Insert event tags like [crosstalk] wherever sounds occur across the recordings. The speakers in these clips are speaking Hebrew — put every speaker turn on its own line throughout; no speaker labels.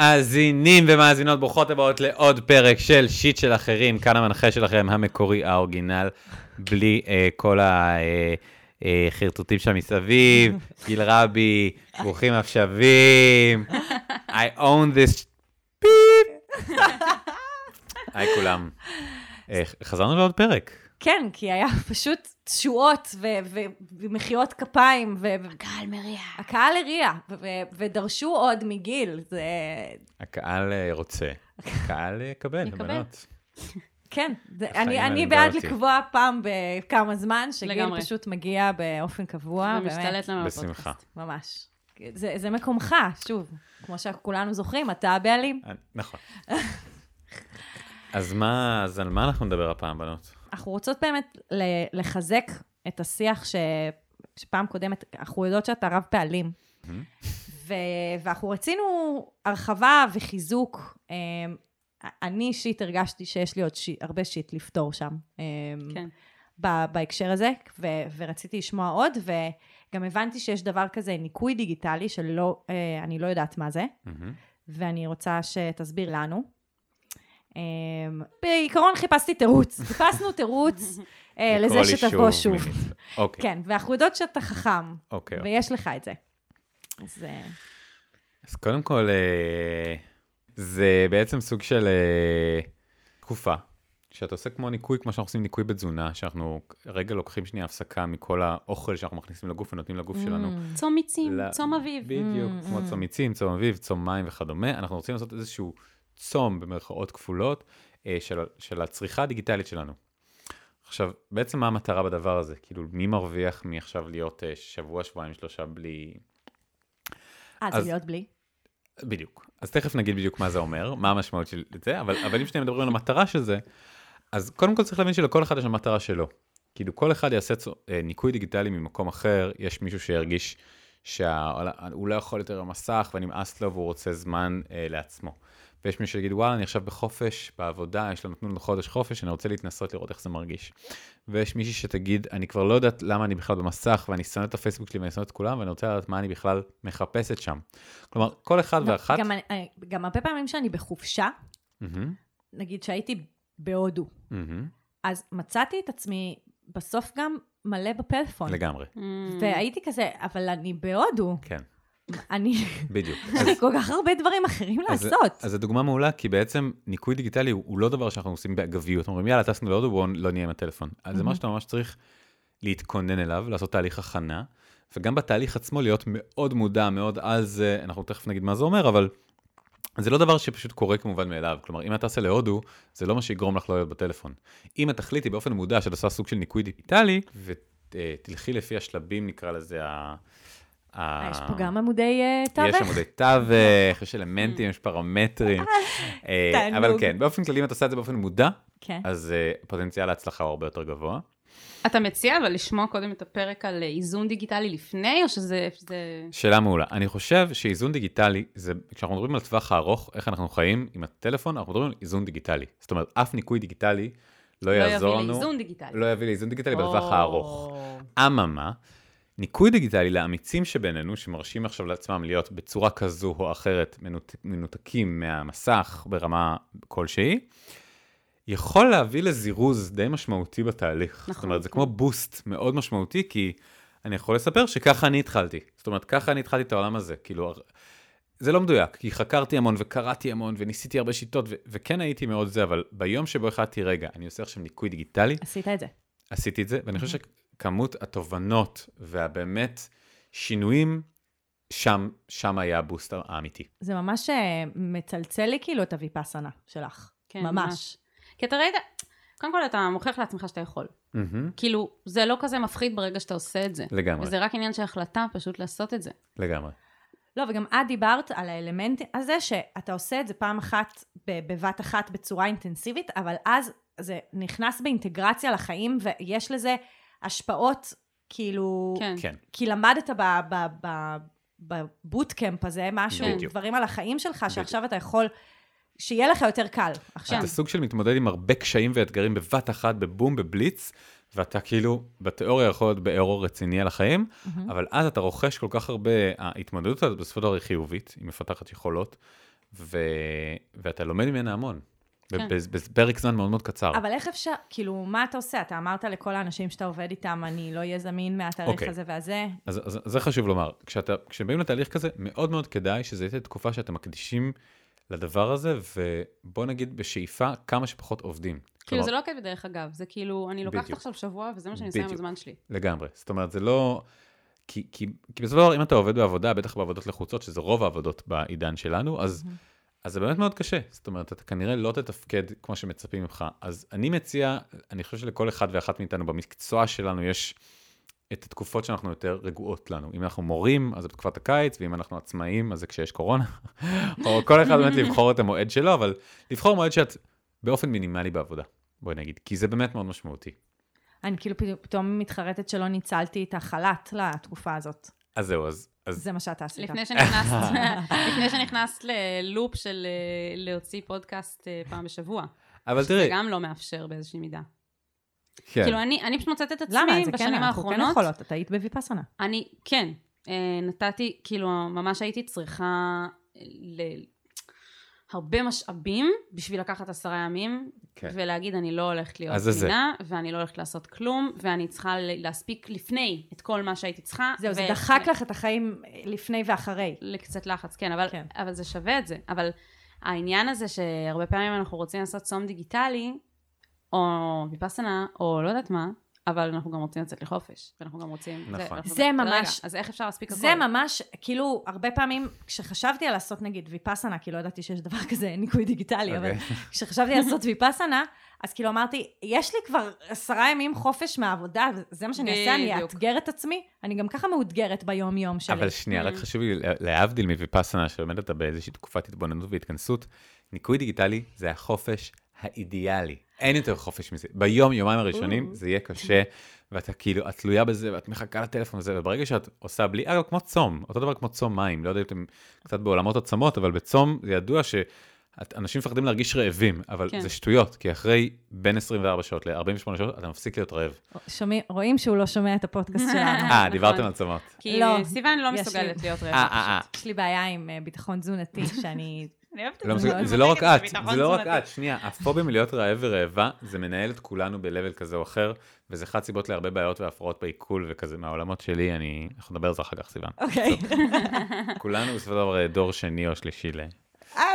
מאזינים ומאזינות, ברוכות הבאות לעוד פרק של שיט של אחרים, כאן המנחה שלכם, המקורי, האורגינל, בלי אה, כל החרטוטים שם מסביב, גיל רבי, ברוכים אפשבים, I own this... פיפ. היי כולם. אה, חזרנו לעוד פרק.
כן, כי היה פשוט תשואות ו- ו- ומחיאות כפיים, והקהל מריע. הקהל הריע, ו- ו- ודרשו עוד מגיל. זה...
הקהל אה, רוצה, הקהל אה, יקבל,
יקבל.
בנות.
כן, זה,
החיים
אני, אני
לימדו
בעד
אותי.
לקבוע פעם בכמה זמן, שגיל
לגמרי.
פשוט מגיע באופן קבוע, באמת,
ומשתלט לנו בפודקאסט.
בשמחה.
ממש. זה, זה מקומך, שוב, כמו שכולנו זוכרים, אתה הבעלים.
אה, נכון. אז מה, אז על מה אנחנו נדבר הפעם, בנות?
אנחנו רוצות באמת ל- לחזק את השיח ש... שפעם קודמת, אנחנו יודעות שאתה רב פעלים. ו... ואנחנו רצינו הרחבה וחיזוק. אמ, אני אישית הרגשתי שיש לי עוד ש... הרבה שיט לפתור שם. אמ,
כן.
ב- בהקשר הזה, ו- ורציתי לשמוע עוד, וגם הבנתי שיש דבר כזה ניקוי דיגיטלי, שאני לא יודעת מה זה.
מהמם.
ואני רוצה שתסביר לנו. אמ, בעיקרון
[laughs]
חיפשתי תירוץ, חיפשנו תירוץ אה,
לכל
לזה שתבוא
יישוב
שוב.
מניס- אוקיי,
כן, ואנחנו יודעות שאתה חכם,
אוקיי. אוקיי.
ויש לך את זה. אז אה,
אז קודם כל, אה, זה בעצם סוג של אה, תקופה, שאתה עושה כמו ניקוי, כמו שאנחנו עושים ניקוי בתזונה, שאנחנו רגע לוקחים שנייה הפסקה מכל האוכל שאנחנו מכניסים לגוף ונותנים לגוף שלנו.
אמ,
צום מיצים,
ל-
צום אביב.
בדיוק,
Mm,
כמו
mm.
צום מיצים, צום אביב, צום מים וכדומה. אנחנו רוצים לעשות איזשהו צום, במרכאות כפולות, אה, של, של הצריכה הדיגיטלית שלנו. עכשיו, בעצם מה המטרה בדבר הזה? כאילו, מי מרוויח מעכשיו להיות אה, שבוע, שבועיים, שלושה בלי...
אה, זה
אז-
להיות בלי.
בדיוק. אז תכף נגיד בדיוק מה זה אומר, מה המשמעות של זה, אבל, אבל אם שנייה מדברים על המטרה של זה, אז קודם כל צריך להבין שלכל אחד יש המטרה שלו. כאילו כל אחד יעשה צו, אה, ניקוי דיגיטלי ממקום אחר, יש מישהו שירגיש שהוא לא יכול יותר במסך ונמאס לו והוא רוצה זמן אה, לעצמו. ויש מישהו שיגיד, וואלה, אני עכשיו בחופש, בעבודה, יש לנו, נתנו לנו חודש חופש, אני רוצה להתנסות לראות איך זה מרגיש. ויש מישהי שתגיד, אני כבר לא יודעת למה אני בכלל במסך, ואני שונא את הפייסבוק שלי ואני שונא את כולם, ואני רוצה לדעת מה אני בכלל מחפשת שם. כלומר, כל אחד ואחת...
לא, גם אני- אני- גם הרבה פעמים שאני בחופשה,
מהמם,
נגיד שהייתי בהודו,
מהמם,
אז מצאתי את עצמי בסוף גם מלא בפלאפון.
לגמרי,
Mm.
והייתי כזה, אבל אני בהודו,
כן,
אני [laughs]
בדיוק.
יש לי כל כך הרבה דברים אחרים
אז-
לעשות.
אז זו דוגמה מעולה, כי בעצם ניקוי דיגיטלי הוא, הוא לא דבר שאנחנו עושים באגביות. אומרים, יאללה, טסנו להודו, בואו לא נהיה עם הטלפון. אז זה
מהמם.
משהו שאתה ממש צריך להתכונן אליו, לעשות תהליך הכנה, וגם בתהליך עצמו להיות מאוד מודע, מאוד על זה, אנחנו תכף נגיד מה זה אומר, אבל זה לא דבר שפשוט קורה כמובן מאליו. כלומר, אם את טסה להודו, זה לא מה שיגרום לך לא להיות בטלפון. אם את תחליטי באופן מודע שאת עושה סוג של ניקוי דיגיטלי, ותלכי לפי השלבים, נקרא לזה, ה... ה-
אה, יש פה גם עמודי אה, תווך.
יש עמודי תווך, יש אלמנטים, יש פרמטרים. אה,
תענוג.
אבל כן, באופן כללי, אם את עושה את זה באופן מודע,
כן.
אז אה, פוטנציאל ההצלחה הוא הרבה יותר גבוה.
אתה מציע אבל לשמוע קודם את הפרק על אה, איזון דיגיטלי לפני, או שזה... שזה-
שאלה מעולה. אני חושב שאיזון דיגיטלי, זה, כשאנחנו מדברים על טווח הארוך, איך אנחנו חיים עם הטלפון, אנחנו מדברים על איזון דיגיטלי. זאת אומרת, אף ניקוי דיגיטלי לא
לא
יעזור
יביא
לנו,
לאיזון דיגיטלי.
לא יביא לאיזון דיגיטלי בטווח
או.
הארוך. אממה, ניקוי דיגיטלי לאמיצים שבינינו, שמרשים עכשיו לעצמם להיות בצורה כזו או אחרת מנות, מנותקים מהמסך ברמה כלשהי, יכול להביא לזירוז די משמעותי בתהליך. נכון. זאת
נכון,
אומרת, זה
כן.
כמו בוסט מאוד משמעותי, כי אני יכול לספר שככה אני התחלתי. זאת אומרת, ככה אני התחלתי את העולם הזה. כאילו, הר- זה לא מדויק, כי חקרתי המון וקראתי המון וניסיתי הרבה שיטות, ו- וכן הייתי מאוד זה, אבל ביום שבו החלטתי, רגע, אני עושה עכשיו ניקוי דיגיטלי,
עשית את זה.
עשיתי את זה, ואני חושב שכמות התובנות והבאמת שינויים, שם, שם היה הבוסט האמיתי.
זה ממש אה, מצלצל לי כאילו את הוויפאסנה שלך.
כן,
ממש.
ממש. כי אתה ראית, קודם כל אתה מוכיח לעצמך שאתה יכול. כאילו, זה לא כזה מפחיד ברגע שאתה עושה את זה.
לגמרי,
וזה רק עניין של החלטה פשוט לעשות את זה.
לגמרי.
לא, וגם את דיברת על האלמנט הזה שאתה עושה את זה פעם אחת ב- בבת אחת בצורה אינטנסיבית, אבל אז זה נכנס באינטגרציה לחיים ויש לזה השפעות כאילו...
כן.
כן,
כי למדת ב... ב, ב בבוטקאמפ הזה, משהו,
בדיוק.
דברים על החיים שלך, שעכשיו אתה יכול, שיהיה לך יותר קל. עכשיו,
אתה סוג של מתמודד עם הרבה קשיים ואתגרים בבת אחת, בבום, בבליץ, ואתה כאילו, בתיאוריה יכול להיות באירוע רציני על החיים, אבל אז אתה רוכש כל כך הרבה, ההתמודדות הזאת בסופו של דבר היא חיובית, היא מפתחת יכולות, ו... ואתה לומד ממנה המון. כן. בפרק זמן מאוד מאוד קצר.
אבל איך אפשר, כאילו, מה אתה עושה? אתה אמרת לכל האנשים שאתה עובד איתם, אני לא אהיה זמין מהתאריך
אוקיי.
הזה והזה.
אז, אז זה חשוב לומר, כשאתה, כשבאים לתהליך כזה, מאוד מאוד כדאי שזו תהיה תקופה שאתם מקדישים לדבר הזה, ובוא נגיד בשאיפה כמה שפחות עובדים.
כאילו,
כלומר,
זה לא קטע דרך אגב, זה כאילו, אני לוקחת
בדיוק.
עכשיו שבוע, וזה מה שאני עושה עם
בדיוק.
הזמן שלי.
לגמרי. זאת אומרת, זה לא... כי, כי, כי בסופו של דבר, אם אתה עובד בעבודה, בטח בעבודות לחוצות, שזה רוב העבודות בעידן שלנו, אז, אז זה באמת מאוד קשה. זאת אומרת, אתה כנראה לא תתפקד כמו שמצפים ממך. אז אני מציע, אני חושב שלכל אחד ואחת מאיתנו במקצוע שלנו יש את התקופות שאנחנו יותר רגועות לנו. אם אנחנו מורים, אז זה בתקופת הקיץ, ואם אנחנו עצמאים, אז זה כשיש קורונה. [laughs] או כל אחד באמת לבחור את המועד שלו, אבל לבחור מועד שאת באופן מינימלי בעבודה, בואי נגיד, כי זה באמת מאוד משמעותי.
אני כאילו פתאום- פתאום מתחרטת שלא ניצלתי את החל"ת לתקופה הזאת. אז
אז זהו, אז... אז
זה מה שאתה עשית.
[laughs]
לפני שנכנסת, לפני שנכנסת ללופ של אה, להוציא פודקאסט אה, פעם בשבוע.
אבל
שזה
תראי,
גם לא מאפשר באיזושהי מידה.
כן.
כאילו, אני אני פשוט מוצאת את
למה?
עצמי
זה כן,
בשנים
אנחנו כן
האחרונות,
יכולות, את היית בוויפאסנה.
אני, כן, אה, נתתי, כאילו, ממש הייתי צריכה אה, ל... הרבה משאבים בשביל לקחת עשרה ימים,
כן.
כן. ולהגיד אני לא הולכת להיות
אז זה זה.
זמינה, ואני לא הולכת לעשות כלום, ואני צריכה ל- להספיק לפני את כל מה שהייתי צריכה.
זהו, זה
ו-
דחק לך את החיים לפני ואחרי.
לקצת לחץ, כן אבל,
כן.
כן, אבל זה שווה את זה. אבל העניין הזה שהרבה פעמים אנחנו רוצים לעשות צום דיגיטלי, או ויפאסנה, או לא יודעת מה, אבל אנחנו גם רוצים לצאת לחופש, ואנחנו גם רוצים...
נכון.
ואנחנו
זה
גם-
ממש-
רגע, אז איך אפשר להספיק הכל?
זה ממש, כאילו, הרבה פעמים, כשחשבתי על לעשות נגיד ויפאסנה, כי לא ידעתי שיש דבר כזה ניקוי דיגיטלי, אבל
אוקיי.
כשחשבתי על לעשות ויפאסנה, אז כאילו אמרתי, יש לי כבר עשרה ימים חופש מהעבודה, זה מה שאני אעשה, אני
בדיוק.
אאתגר את עצמי, אני גם ככה מאותגרת ביום-יום שלי.
אבל שנייה, רק
Mm.
חשוב לי, לה- להבדיל מוויפאסנה, שבאמת אתה באיזושהי תקופת התבוננות והתכנסות, ניקוי דיגיטלי זה החופש האידיאלי. אין יותר חופש מזה. ביום, יומיים הראשונים
או.
זה יהיה קשה, ואתה כאילו, את תלויה בזה, ואת מחכה לטלפון וזה, וברגע שאת עושה בלי, אגב, כמו צום, אותו דבר כמו צום מים, לא יודע אם אתם קצת בעולמות עצמות, אבל בצום זה ידוע ש... את- אנשים מפחדים להרגיש רעבים, אבל
כן.
זה שטויות, כי אחרי בין 24 שעות ל-48 שעות, אתה מפסיק להיות רעב.
שומעים, רואים שהוא לא שומע את
[laughs]
הפודקאסט שלנו.
אה,
נכון.
דיברתם על צומות.
כי
לא,
סיוון לא
יש לי.
מסוגלת להיות
אה, אה,
רעבה
אה.
פשוט.
יש לי בעיה עם אה,
[laughs]
ביטחון תזונתי, שאני...
אני אוהבת את
לא
זה
מסוגל-
מאוד
זה לא רק את, זה לא רק את, שנייה, הפוביה מלהיות רעב ורעבה, זה מנהל את כולנו ב-level כזה או אחר, וזה אחת סיבות להרבה בעיות והפרעות בעיכול וכזה, מהעולמות שלי, אני, אנחנו נדבר על זה אחר כך, סיוון.
אוקיי.
כולנו בסופו של דבר אה, דור שני או שלישי ל...
אה,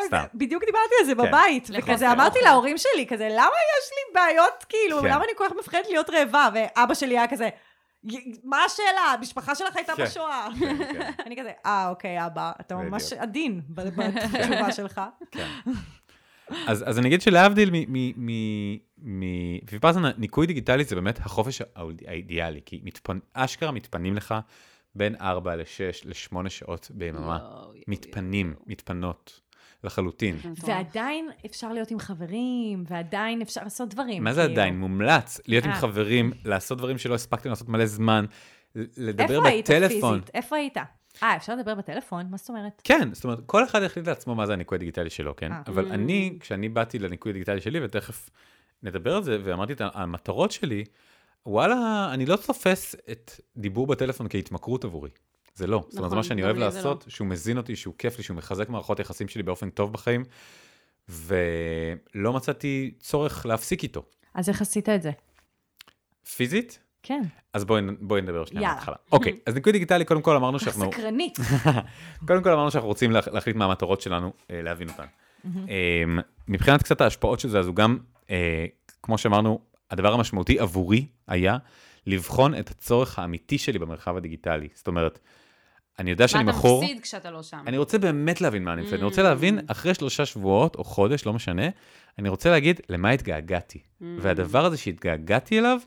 סתם. כן.
בדיברתי על זה בבית,
לחוסר
וכזה אמרתי
אוכל.
להורים שלי, כזה, למה יש לי בעיות, כאילו,
כן.
למה אני כל כך מפחדת להיות רעבה? ואבא שלי היה כזה, "י- מה השאלה? המשפחה שלך הייתה
כן.
בשואה.
כן, כן,
[laughs] אני כזה, אה, אוקיי, אבא, אתה ממש
בדיוק.
עדין
[laughs]
ב- בתשובה שלך.
כן. אז, אז אני אגיד שלהבדיל מפיפסנה, ניקוי דיגיטלי זה באמת החופש האוד- האידיאלי, כי מתפנ, אשכרה מתפנים לך בין 4 ל-6 ל-8 שעות ביממה.
יואו, יואו,
מתפנים,
יואו.
מתפנות, לחלוטין.
זה
[laughs]
מטורף.
ועדיין אפשר להיות עם חברים, ועדיין אפשר לעשות דברים.
מה זה
כאילו.
עדיין? מומלץ להיות עם
אה.
חברים, לעשות דברים שלא הספקתם לעשות מלא זמן, ל- לדבר
איפה היית
בטלפון.
פיזית? איפה היית? אה, אפשר לדבר בטלפון? מה זאת אומרת?
כן, זאת אומרת, כל אחד יחליט לעצמו מה זה הניקוי הדיגיטלי שלו, כן?
אה.
אבל
Mm.
אני, כשאני באתי לניקוי הדיגיטלי שלי, ותכף נדבר על זה, ואמרתי את המטרות שלי, וואלה, אני לא תופס את דיבור בטלפון כהתמכרות עבורי. זה לא. זאת אומרת, זה
נכון,
מה שאני
גם
אוהב
לי זה לא.
לעשות, שהוא מזין אותי, שהוא כיף לי, שהוא מחזק מערכות יחסים שלי באופן טוב בחיים, ולא מצאתי צורך להפסיק איתו.
אז איך עשית את זה?
פיזית,
כן.
אז בואי, בואי נדבר שנייה
יאללה.
מההתחלה. אוקיי, אז ניקוי דיגיטלי, קודם כל אמרנו שאנחנו,
אה, סקרנית.
[laughs] קודם כל אמרנו שאנחנו רוצים לה, להחליט מה המטרות שלנו, אה, להבין אותן. אה, מבחינת קצת ההשפעות של זה, אז הוא גם, אה, כמו שאמרנו, הדבר המשמעותי עבורי היה לבחון את הצורך האמיתי שלי במרחב הדיגיטלי. זאת אומרת, אני יודע שאני
מה אתה
מכור,
מפסיד Mm. כשאתה לא שם?
אני רוצה באמת להבין מה אני מפסיד, אני רוצה להבין, אחרי שלושה שבועות או חודש, לא משנה, אני רוצה להגיד למה התגעגעתי.
Mm.
והדבר הזה שהתגעגעתי אליו,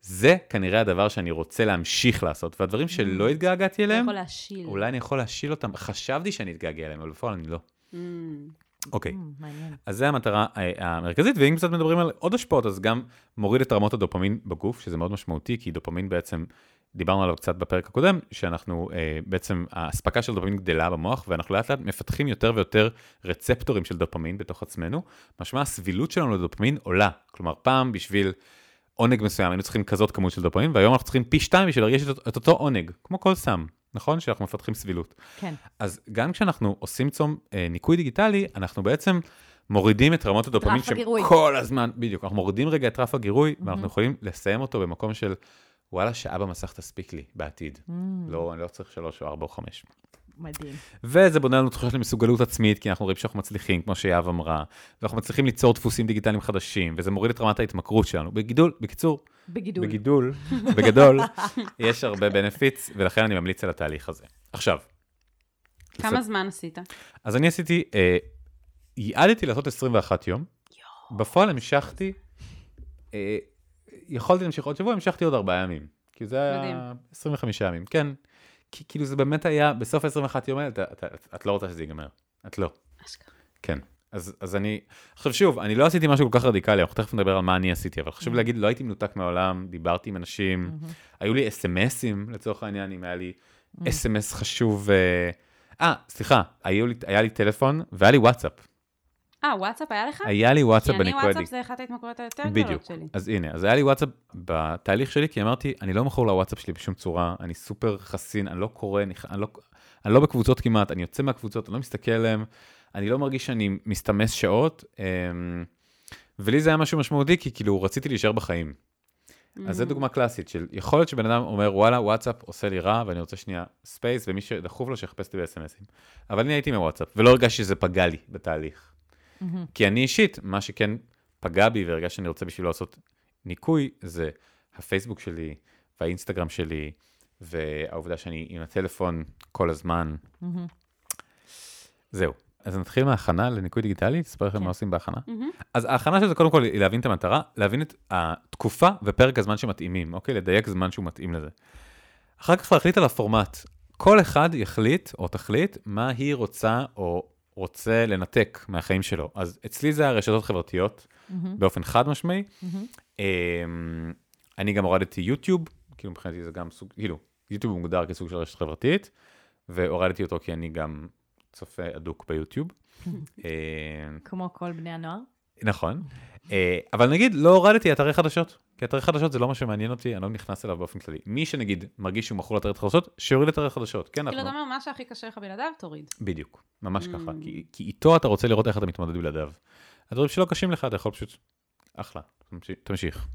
זה כנראה הדבר שאני רוצה להמשיך לעשות. והדברים שלא התגעגעתי
Mm. אתה
אליהם,
יכול להשיל.
אולי אני יכול להשיל אותם. חשבתי שאני אתגעגע אליהם, אבל בפועל אני לא.
אמ,
אוקיי,
מ, מעניין.
אז זה המטרה אה, המרכזית, ואם קצת מדברים על עוד השפעות, אז גם מוריד את רמות הדופמין בגוף, שזה מאוד משמעותי, כי דופמין בעצם, דיברנו עליו קצת בפרק הקודם, שאנחנו אה, בעצם, האספקה של דופמין גדלה במוח, ואנחנו לאט לאט מפתחים יותר ויותר רצפטורים של דופמין בתוך עצמנו, משמע הסבילות שלנו לדופמין עולה. כלומר, פעם בשביל עונג מסוים היינו צריכים כזאת כמות של דופמין, והיום אנחנו צריכים פי שתיים בשביל להרגיש את, את אותו עונג, כמו כל סם. נכון? שאנחנו מפתחים סבילות.
כן.
אז גם כשאנחנו עושים צום אה, ניקוי דיגיטלי, אנחנו בעצם מורידים את רמות הדופמין
רף הגירוי.
כל הזמן, בדיוק, אנחנו מורידים רגע את רף הגירוי, ואנחנו יכולים לסיים אותו במקום של, וואלה, שעה במסך תספיק לי בעתיד. לא, אני לא צריך שלוש או ארבע או חמש.
מדהים.
וזה בונה לנו תחושה של מסוגלות עצמית, כי אנחנו רואים שאנחנו מצליחים, כמו שיהב אמרה, ואנחנו מצליחים ליצור דפוסים דיגיטליים חדשים, וזה מוריד את רמת ההתמכרות שלנו. בגידול, בקיצור,
בגידול.
בגידול, בגדול, [laughs] יש הרבה בנפיץ, ולכן אני ממליץ על התהליך הזה. עכשיו,
כמה זמן עשית?
אז אני עשיתי, אה, ייעדתי לעשות 21 יום, בפועל המשכתי, אה, יכולתי להמשיך עוד שבוע, המשכתי עוד ארבעה ימים, כי זה
מדהים.
היה 25 ימים, כן, כי כאילו זה באמת היה, בסוף ה-21 יום האלה, אתה- אתה- את לא רוצה שזה ייגמר, את לא.
אשכרה.
כן. אז, אז אני, עכשיו שוב, אני לא עשיתי משהו כל כך רדיקלי, אנחנו תכף נדבר על מה אני עשיתי, אבל חשוב להגיד, לא הייתי מנותק מהעולם, דיברתי עם אנשים, היו לי אס.אם.אסים לצורך העניין, אם היה לי אס.אם.אס חשוב... אה, אה, סליחה, היו לי, היה לי טלפון והיה לי וואטסאפ.
אה, וואטסאפ היה לך?
היה לי
כי
וואטסאפ
אני
בניקודי.
וואטסאפ זה אחת ההתמכרויות היותר
בדיוק. נכון.
גדולות שלי.
אז הנה, אז היה לי וואטסאפ בתהליך שלי, כי אמרתי, אני לא מכור לוואטסאפ שלי בשום צורה, אני סופר חסין, אני לא קורא, אני, ח- אני, לא, אני לא בקבוצות כמעט, אני יוצא מהקבוצות, אני לא מסתכל עליהם, אני לא מרגיש שאני מסתמס שעות, אמ, ולי זה היה משהו משמעותי, כי כאילו רציתי להישאר בחיים. אז זו דוגמה קלאסית של יכול להיות שבן אדם אומר, וואלה, וואטסאפ עושה לי רע, ואני רוצה שנייה ספייס, ומי שדחוף לו שיחפש אותי בסמסים. אבל אני הייתי מוואטסאפ, ולא הרגשתי שזה פגע לי בתהליך. כי אני אישית, מה שכן פגע בי והרגשתי שאני רוצה בשבילו לעשות ניקוי, זה הפייסבוק שלי, והאינסטגרם שלי, והעובדה שאני עם הטלפון כל הזמן. זהו. אז נתחיל מההכנה לניקוי דיגיטלי, אספר לכם מה עושים בהכנה.
כאילו,
אז ההכנה של זה קודם כל היא להבין את המטרה, להבין את התקופה ופרק הזמן שמתאימים, אוקיי? לדייק זמן שהוא מתאים לזה. אחר כך להחליט על הפורמט. כל אחד יחליט או תחליט מה היא רוצה או רוצה לנתק מהחיים שלו. אז אצלי זה הרשתות החברתיות, באופן חד משמעי. אמ, אני גם הורדתי יוטיוב, כאילו מבחינתי זה גם סוג, כאילו, יוטיוב מוגדר כסוג של רשת חברתית, והורדתי אותו כי אני גם צופה אדוק
[laughs]
ביוטיוב. אמ,
כמו כל בני הנוער.
נכון. אה, אבל נגיד, לא הורדתי אתרי חדשות, כי אתרי חדשות זה לא מה שמעניין אותי, אני לא נכנס אליו באופן כללי. מי שנגיד מרגיש שהוא מכור לאתרי חדשות, שיוריד אתרי חדשות. כן,
כאילו, אתה
אנחנו...
אומר, מה שהכי קשה לך בלעדיו, תוריד.
בדיוק, ממש
Mm.
ככה. כי- כי איתו אתה רוצה לראות איך אתה מתמודד בלעדיו. הדברים שלא קשים לך, אתה יכול פשוט... אחלה, תמשיך- תמשיך.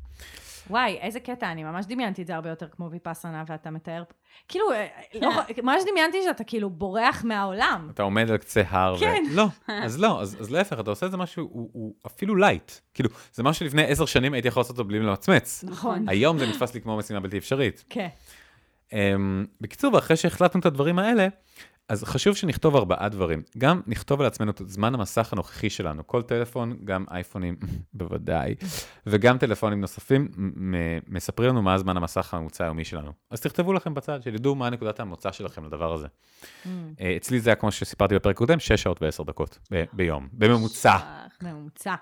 וואי, איזה קטע, אני ממש דמיינתי את זה הרבה יותר כמו ויפאסנה, ואתה מתאר... כאילו, אה, לא, [laughs] ממש דמיינתי שאתה כאילו בורח מהעולם.
אתה עומד על קצה הר. ו-
כן. [laughs]
לא, אז לא, אז אז להפך, אתה עושה את זה משהו, הוא- הוא אפילו לייט. כאילו, זה משהו שלפני עשר שנים הייתי יכול לעשות אותו בלי למצמץ.
נכון.
היום זה נתפס לי כמו משימה בלתי אפשרית.
כן.
Um, בקיצור, ואחרי שהחלטנו את הדברים האלה, אז חשוב שנכתוב ארבעה דברים. גם נכתוב על עצמנו את זמן המסך הנוכחי שלנו, כל טלפון, גם אייפונים [laughs] בוודאי, וגם טלפונים נוספים, מ- מ- מספרים לנו מה זמן המסך הממוצע היומי שלנו. אז תכתבו לכם בצד, שתדעו מה נקודת המוצא שלכם לדבר הזה. אה, אצלי זה היה, כמו שסיפרתי בפרק קודם, 6 שעות ו-10 דקות ב- ביום, בממוצע.
אה,
ממוצע.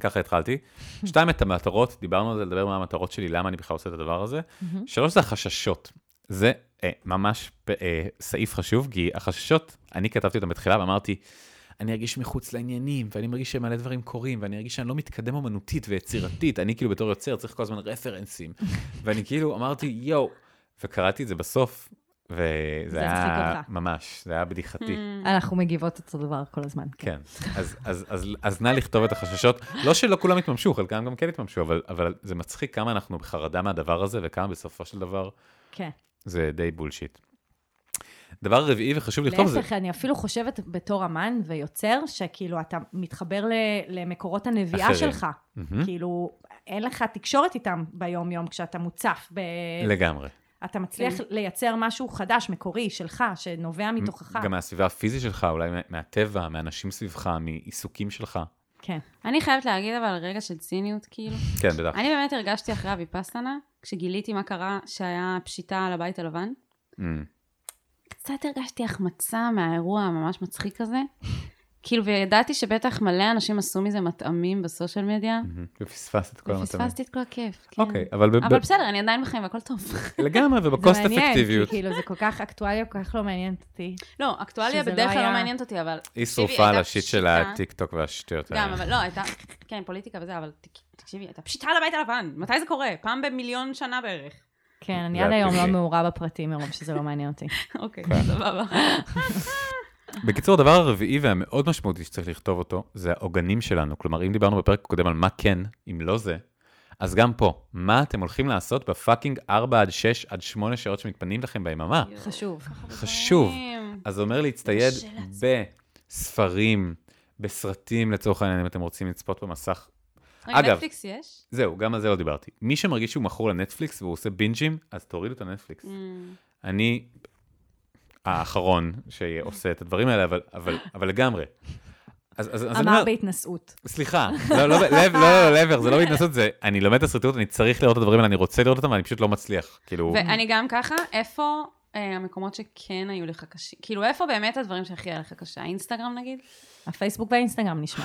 ככה התחלתי. שתיים, את המטרות, דיברנו על זה, לדבר מה המטרות שלי, למה אני בכלל עושה את הדבר הזה. שלוש, זה החששות. זה אה, ממש פ- אה, סעיף חשוב, כי החששות, אני כתבתי אותם בתחילה ואמרתי, אני ארגיש מחוץ לעניינים, ואני מרגיש שמלא דברים קורים, ואני ארגיש שאני לא מתקדם אומנותית ויצירתית, אני כאילו בתור יוצר צריך כל הזמן
[laughs]
רפרנסים. ואני כאילו אמרתי, יואו, וקראתי את זה בסוף, וזה
זה הצחיק
היה
אותך.
ממש, זה היה בדיחתי.
hmm.
אנחנו מגיבות אותו דבר כל הזמן.
כן, אז, אז, אז, אז נא לכתוב את החששות. לא שלא כולם התממשו, חלקם גם כן התממשו, אבל, אבל זה מצחיק כמה אנחנו בחרדה מהדבר הזה, וכמה בסופו של דבר
כן.
זה די בולשיט. דבר רביעי וחשוב לכתוב זה...
להפך, אני אפילו חושבת בתור אמן ויוצר, שכאילו אתה מתחבר ל- למקורות הנביאה
אחרים. Mm-hmm.
שלך.
מהמם.
כאילו, אין לך תקשורת איתם ביום-יום כשאתה מוצף. ב...
אה,
לגמרי.
אתה מצליח
כן.
לייצר משהו חדש, מקורי, שלך, שנובע מתוכך.
גם מהסביבה הפיזית שלך, אולי מה- מהטבע, מאנשים סביבך, מעיסוקים שלך.
כן.
אני חייבת להגיד אבל רגע של ציניות,
[laughs]
כאילו.
כן, בטח.
אני באמת הרגשתי אחרי הוויפסטנה, כשגיליתי מה קרה, שהיה פשיטה על הבית הלבן.
אמ,
קצת הרגשתי החמצה מהאירוע הממש מצחיק הזה. כאילו, וידעתי שבטח מלא אנשים עשו מזה מטעמים בסושיאל מדיה.
אמ, ופספסת את כל המצבים.
ופספסתי את כל הכיף, כן.
אוקיי, אבל... ב-
אבל
ב-
בסדר, אני עדיין בחיים והכל טוב. [laughs]
לגמרי,
זה
ובקוסט
מעניין,
אפקטיביות.
כי כאילו זה כל כך אקטואליה, כל כך לא מעניינת אותי.
לא, אקטואליה
שזה לא
בדרך כלל
היה-
לא מעניינת אותי, אבל...
היא
תקשיבי,
שרופה על
הייתה
השיט
פשיטה.
של הטיק טוק והשטויות האלה.
גם, אבל לא, הייתה... כן, פוליטיקה וזה, אבל ת- תקשיבי, הייתה פשיטה על הבית הלבן. מתי זה קורה? פעם במיליון שנה בערך. [laughs]
כן, אני
זה
עד היום
הטבעי.
לא מעורה בפרטים מרוב שזה לא מעניין אותי.
אוקיי,
כן.
סבבה.
בקיצור, הדבר הרביעי והמאוד משמעותי שצריך לכתוב אותו, זה העוגנים שלנו. כלומר, אם דיברנו בפרק הקודם על מה כן, אם לא זה, אז גם פה, מה אתם הולכים לעשות בפאקינג 4 עד 6 עד 8 שעות שמתפנים לכם ביממה?
[laughs] חשוב.
חשוב.
דברים.
אז זה אומר להצטייד
קשה
בספרים, בסרטים לצורך העניין, אם אתם רוצים לצפות במסך.
רגע,
אגב-
נטפליקס יש?
זהו, גם על זה לא דיברתי. מי שמרגיש שהוא מכור לנטפליקס והוא עושה בינג'ים, אז תורידו את הנטפליקס.
אמ,
אני האחרון שעושה את הדברים האלה, אבל, אבל, אבל לגמרי. אז, אז, אז אני
אמר
אומר,
בהתנשאות.
סליחה, לא, לא, לא, לא, לא, להפך, זה לא בהתנסות, זה, אני לומד את הסרטוט, אני צריך לראות את הדברים האלה, אני רוצה לראות אותם, ואני פשוט לא מצליח. כאילו,
ואני גם ככה, איפה אה, המקומות שכן היו לך קשים? כאילו, איפה באמת הדברים שהכי היה לך קשה? האינסטגרם נגיד?
הפייסבוק והאינסטגרם נשמע.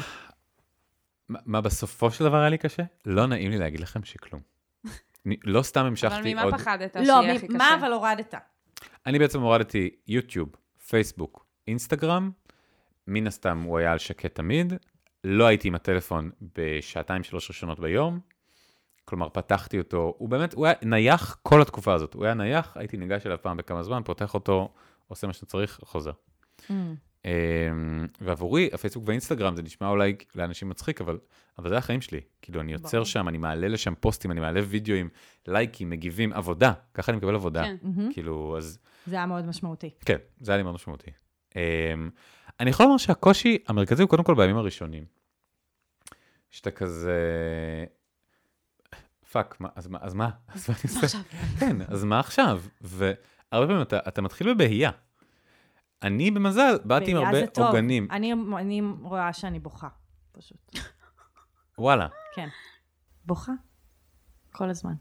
מה- מה בסופו של דבר היה לי קשה? לא נעים לי להגיד לכם שכלום. אני לא סתם
אבל
המשכתי
ממה
עוד...
פחדת
לא,
שיהיה הכי
מ-
קשה?
מה אבל הורדת?
אני בעצם הורדתי יוטיוב, פייסבוק, אינסטגרם, מן הסתם הוא היה על שקט תמיד, לא הייתי עם הטלפון בשעתיים שלוש ראשונות ביום, כלומר פתחתי אותו, הוא באמת, הוא היה נייח כל התקופה הזאת, הוא היה נייח, הייתי ניגש אליו פעם בכמה זמן, פותח אותו, עושה מה שצריך, חוזר.
Mm.
אמ, ועבורי, הפייסבוק והאינסטגרם, זה נשמע אולי לאנשים מצחיק, אבל, אבל זה החיים שלי. כאילו, אני יוצר
ברור.
שם, אני מעלה לשם פוסטים, אני מעלה וידאוים, לייקים, מגיבים, עבודה, ככה אני מקבל עבודה.
כן.
מהמם.
כאילו, אז
זה היה מאוד משמעותי.
כן, זה היה לי מאוד משמעותי. Um, אני יכול לומר שהקושי המרכזי הוא קודם כל בימים הראשונים. שאתה כזה... פאק, מה, אז מה, אז מה, אז מה אני
מה
עושה?
עכשיו?
כן, אז מה עכשיו? והרבה פעמים אתה, אתה מתחיל בבהייה. אני במזל, באתי עם
בעיה
הרבה
זה טוב.
עוגנים.
אני- אני רואה שאני בוכה, פשוט.
וואלה,
כן. בוכה? כל הזמן.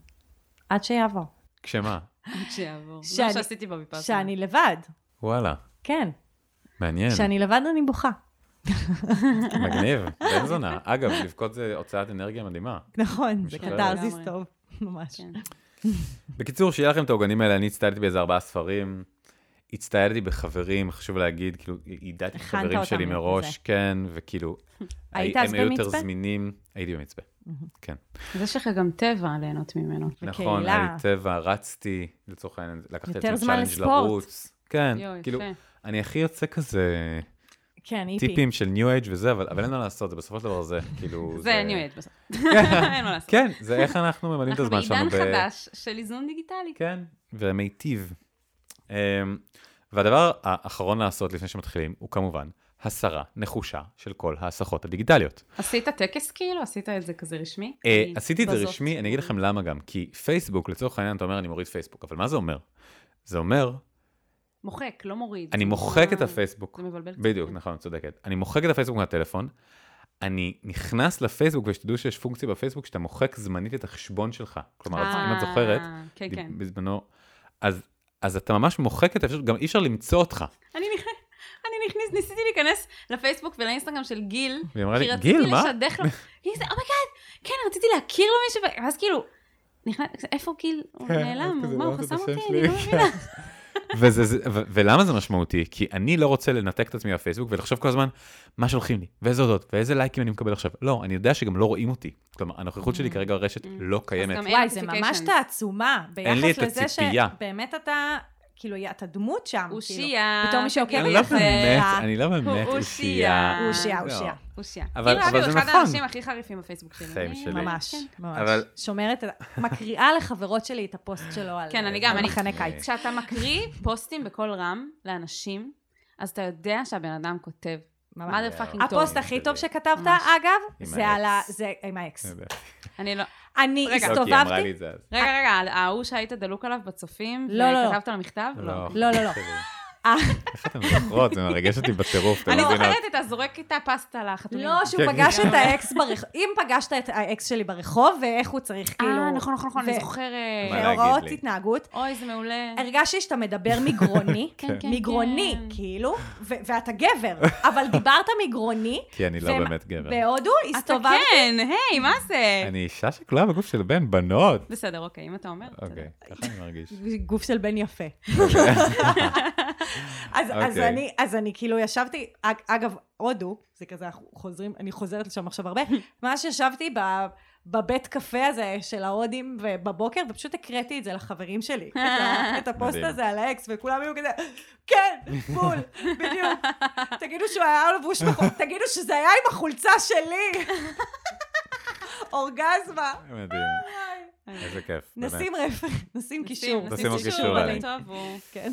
עד שיעבור.
כשמה?
עד שיעבור. זה
שאני-
מה שעשיתי בביפאסנה.
שאני לבד,
וואלה,
כן.
מעניין,
כשאני לבד אני בוכה. [laughs]
מגניב, בן זונה. אגב, לבכות זה הוצאת אנרגיה מדהימה.
נכון, זה
משחרר.
קתרזיס
לגמרי.
טוב, [laughs] ממש.
כן.
בקיצור, שיהיה לכם את העוגנים האלה, אני הצטיידתי באיזה ארבעה ספרים, הצטיידתי בחברים, חשוב להגיד, כאילו, ידעתי את
הכנת
החברים שלי
אותם
מראש,
לזה.
כן, וכאילו,
[laughs] היית
הם
אז
היו יותר
במצפה?
זמינים, הייתי במצפה,
אז יש לך גם טבע ליהנות ממנו.
נכון,
בקהילה.
היה לי טבע, רצתי, לצורך העניין, לקחתי
יותר
את
זמן
צ'אלנג'
לספורט.
לרוץ, כן,
יואו,
כאילו,
יפה.
אני הכי יוצא כזה
כן, איפי.
טיפים של ניו אייג' וזה, אבל אבל אין מה לעשות, זה בסופו של דבר זה, כאילו,
זה ניו אייד בסוף. [laughs]
[laughs]
אין מה לעשות.
כן, זה איך אנחנו ממלאים את הזמן שלנו.
אנחנו בעידן
ב-
חדש של איזון דיגיטלי.
כן, ומיטיב. אמ, והדבר האחרון לעשות לפני שמתחילים, הוא כמובן הסרה נחושה של כל ההסחות הדיגיטליות.
עשית טקס כאילו? עשית את זה כזה רשמי?
אה,
אני-
עשיתי את זה
בזאת.
רשמי, אני אגיד לכם למה גם, כי פייסבוק, לצורך העניין, אתה אומר, אני מוריד פייסבוק, אבל מה זה אומר? זה אומר,
מוחק, לא מוריד.
אני
זה
מוחק את
נורא-
הפייסבוק,
אה, זה מבלבל. קצת.
בדיוק, נכון, צודקת. אני מוחק את הפייסבוק מהטלפון, אני נכנס לפייסבוק, ושתדעו שיש פונקציה בפייסבוק שאתה מוחק זמנית את החשבון שלך. כלומר,
אה,
אם את זוכרת,
כן, כן.
בזמנו, אז... אז אתה ממש מוחק את האפשרות, גם אי אפשר למצוא אותך.
אני נכנס- אני נכנס, ניסיתי להיכנס לפייסבוק ולאינסטגרם של גיל.
והיא אמרה
כי
לי,
רציתי
גיל, מה?
לשדך
[laughs]
לו, היא זה, אומייגאד, כן, רציתי להכיר לו מישהו, ואז כאילו, נכנס, איפה גיל, הוא
כן,
נעלם,
אז כזה,
מה,
לא
הוא
יודעת
חסם
את
אותי,
השם [laughs]
אני לא
שלי.
מבינה.
וזה, זה, ו- ולמה זה משמעותי? כי אני לא רוצה לנתק את עצמי בפייסבוק ולחשוב כל הזמן מה שולחים לי, ואיזה הודעות, ואיזה לייקים אני מקבל עכשיו. לא, אני יודע שגם לא רואים אותי. כלומר, הנוכחות שלי כרגע ברשת לא קיימת.
Mm. גם אין
וואי, זה ממש
notifications.
תעצומה,
אין לי את
ביחס לזה
הציפייה.
שבאמת אתה, כאילו, אתה דמות שם.
הוא
כאילו.
שיעה.
בתור מי שעוקבת
אני
אבל
לא
זה-
באמת, אני לא באמת
כן הוא
אושייה.
הוא שיעה, הוא
לא.
שיעה.
אושייה.
אבל-
כאילו,
אבל
אבי
זה
הוא אחד
נכון.
האנשים הכי חריפים בפייסבוק שלי.
חיים
אני-
שלי.
ממש,
כן.
ממש.
אבל-
שומרת, מקריאה לחברות שלי את הפוסט
[laughs]
שלו על
כן, אני גם,
לא.
על
אני-
מחנה קיץ.
כשאתה מקריא פוסטים בקול רם לאנשים, אז אתה יודע שהבן אדם כותב.
ממש.
מה זה פאקינג טוב.
הפוסט הכי טוב שכתבת,
ממש.
עם
אגב, זה
האקס. אה,
על ה... זה עם האקס.
אני לא...
אני
רגע.
כן, לא, כי היא אמרה לי
הסתובבתי...
את זה אז.
רגע, רגע, ההוא שהיית דלוק עליו בצופים,
לא, לא, לא.
וכתבת לו מכתב?
לא, לא, לא. אה,
איך אתן זוכרות? זה מרגש אותי בטירוף, אתן
אני
לא מבינות.
זוכרת את הזורק איתה פסטה לחתולים.
לא, שהוא
כן.
פגש
[laughs]
את האקס ברחוב, אם פגשת את האקס שלי ברחוב, ואיך הוא צריך, כאילו...
אה, נכון, נכון, נכון, אני
ו-
מה
זוכרת.
להגיד
והוראות
לי?
התנהגות.
אוי, זה מעולה.
הרגשתי שאתה מדבר מגרוני,
[laughs] כן, כן,
מגרוני,
כן.
כאילו, ו- ואתה גבר, אבל דיברת מגרוני,
כי אני לא
ומה-
באמת גבר.
בהודו
אתה
הסתובבתי,
כן, היי, מה
אוקיי.
זה?
אני אישה שכלואה בגוף של בן, בנות.
בסדר, אוקיי, אם אתה אומר.
[laughs]
בסדר.
אוקיי, ככה אני מרגיש.
גוף של בן יפה. אז, okay. אז,
אוקיי.
אני, אז אני כאילו ישבתי, אג- אגב, הודו, זה כזה, אנחנו חוזרים, אני חוזרת לשם
[laughs]
עכשיו הרבה, ממש ישבתי ב, בבית קפה הזה של ההודים בבוקר, ופשוט הקראתי את זה לחברים שלי,
[laughs]
את, ה, את הפוסט
מדהים.
הזה על האקס, וכולם היו כזה, כן, בול,
[laughs]
בדיוק. תגידו שהוא היה לבוש בחול, תגידו שזה היה עם החולצה
[laughs]
שלי. אורגזמה.
מדהים. איזה כיף, באמת.
נשים רפר, נשים קישור.
נשים עוד קישור עליי.
עליי. טוב, הוא...
כן.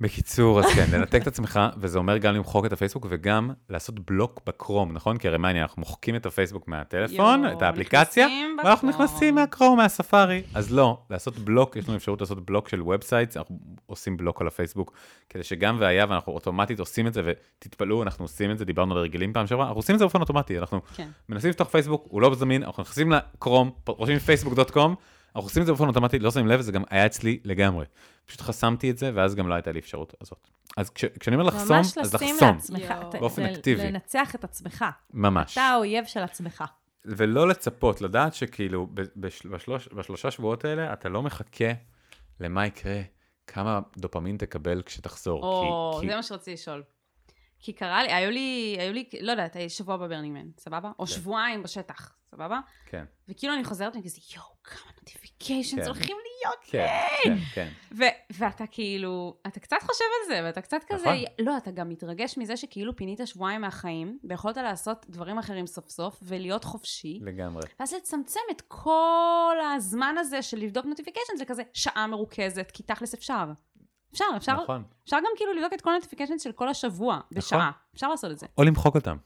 בקיצור, אז כן, לנתק את עצמך, וזה אומר גם למחוק את הפייסבוק וגם לעשות בלוק בקרום, נכון? כי הרי מה העניין, אנחנו מוחקים את הפייסבוק מהטלפון,
יואו,
את האפליקציה,
נכנסים
ואנחנו
בקרום.
נכנסים מהקרום, מהספארי. אז לא, לעשות בלוק, יש לנו אפשרות לעשות בלוק של ובסייטס, אנחנו עושים בלוק על הפייסבוק, כדי שגם והיה, ואנחנו אוטומטית עושים את זה, ותתפלאו, אנחנו עושים את זה, דיברנו על הרגלים פעם שעברה, אנחנו עושים את זה באופן אוטומטי, אנחנו
כן.
מנסים לפתוח פייסבוק, הוא לא זמין, אנחנו נכנסים לקרום, רושמים facebook.com, אנחנו עושים את זה באופן אוטומטי, לא שמים לב, זה גם היה אצלי לגמרי. פשוט חסמתי את זה, ואז גם לא הייתה לי אפשרות הזאת. אז כש, כשאני אומר לחסום,
ממש
אז
לשים
לחסום,
לעצמך,
יואו.
ת-
באופן
זה
אקטיבי.
לנצח את עצמך.
ממש.
אתה האויב של עצמך.
ולא לצפות, לדעת שכאילו, ב- בשל- בשלוש, בשלושה שבועות האלה, אתה לא מחכה למה יקרה, כמה דופמין תקבל כשתחזור.
או,
כי,
זה
כי...
מה שרציתי לשאול. כי קרה לי, היו לי, היו לי, לא יודעת, היה שבוע בברנינגמן, סבבה? או שבועיים בשטח, סבבה?
כן,
וכאילו אני חוזרת ואני כזה, יואו, כמה נוטיפיקיישנס
כן.
הולכים להיות
כן, כן, כן.
ו- ואתה כאילו, אתה קצת חושב על זה, ואתה קצת כזה,
נכון.
לא, אתה גם מתרגש מזה שכאילו פינית שבועיים מהחיים, ויכולת לעשות דברים אחרים סוף סוף, ולהיות חופשי,
לגמרי.
ואז לצמצם את כל הזמן הזה של לבדוק נוטיפיקיישנס לכזה שעה מרוכזת, כי תכלס אפשר. אפשר, אפשר,
נכון.
אפשר גם כאילו לבדוק את כל הנוטיפיקיישנס של כל השבוע, בשעה. אפשר לעשות את זה.
או למחוק אותם.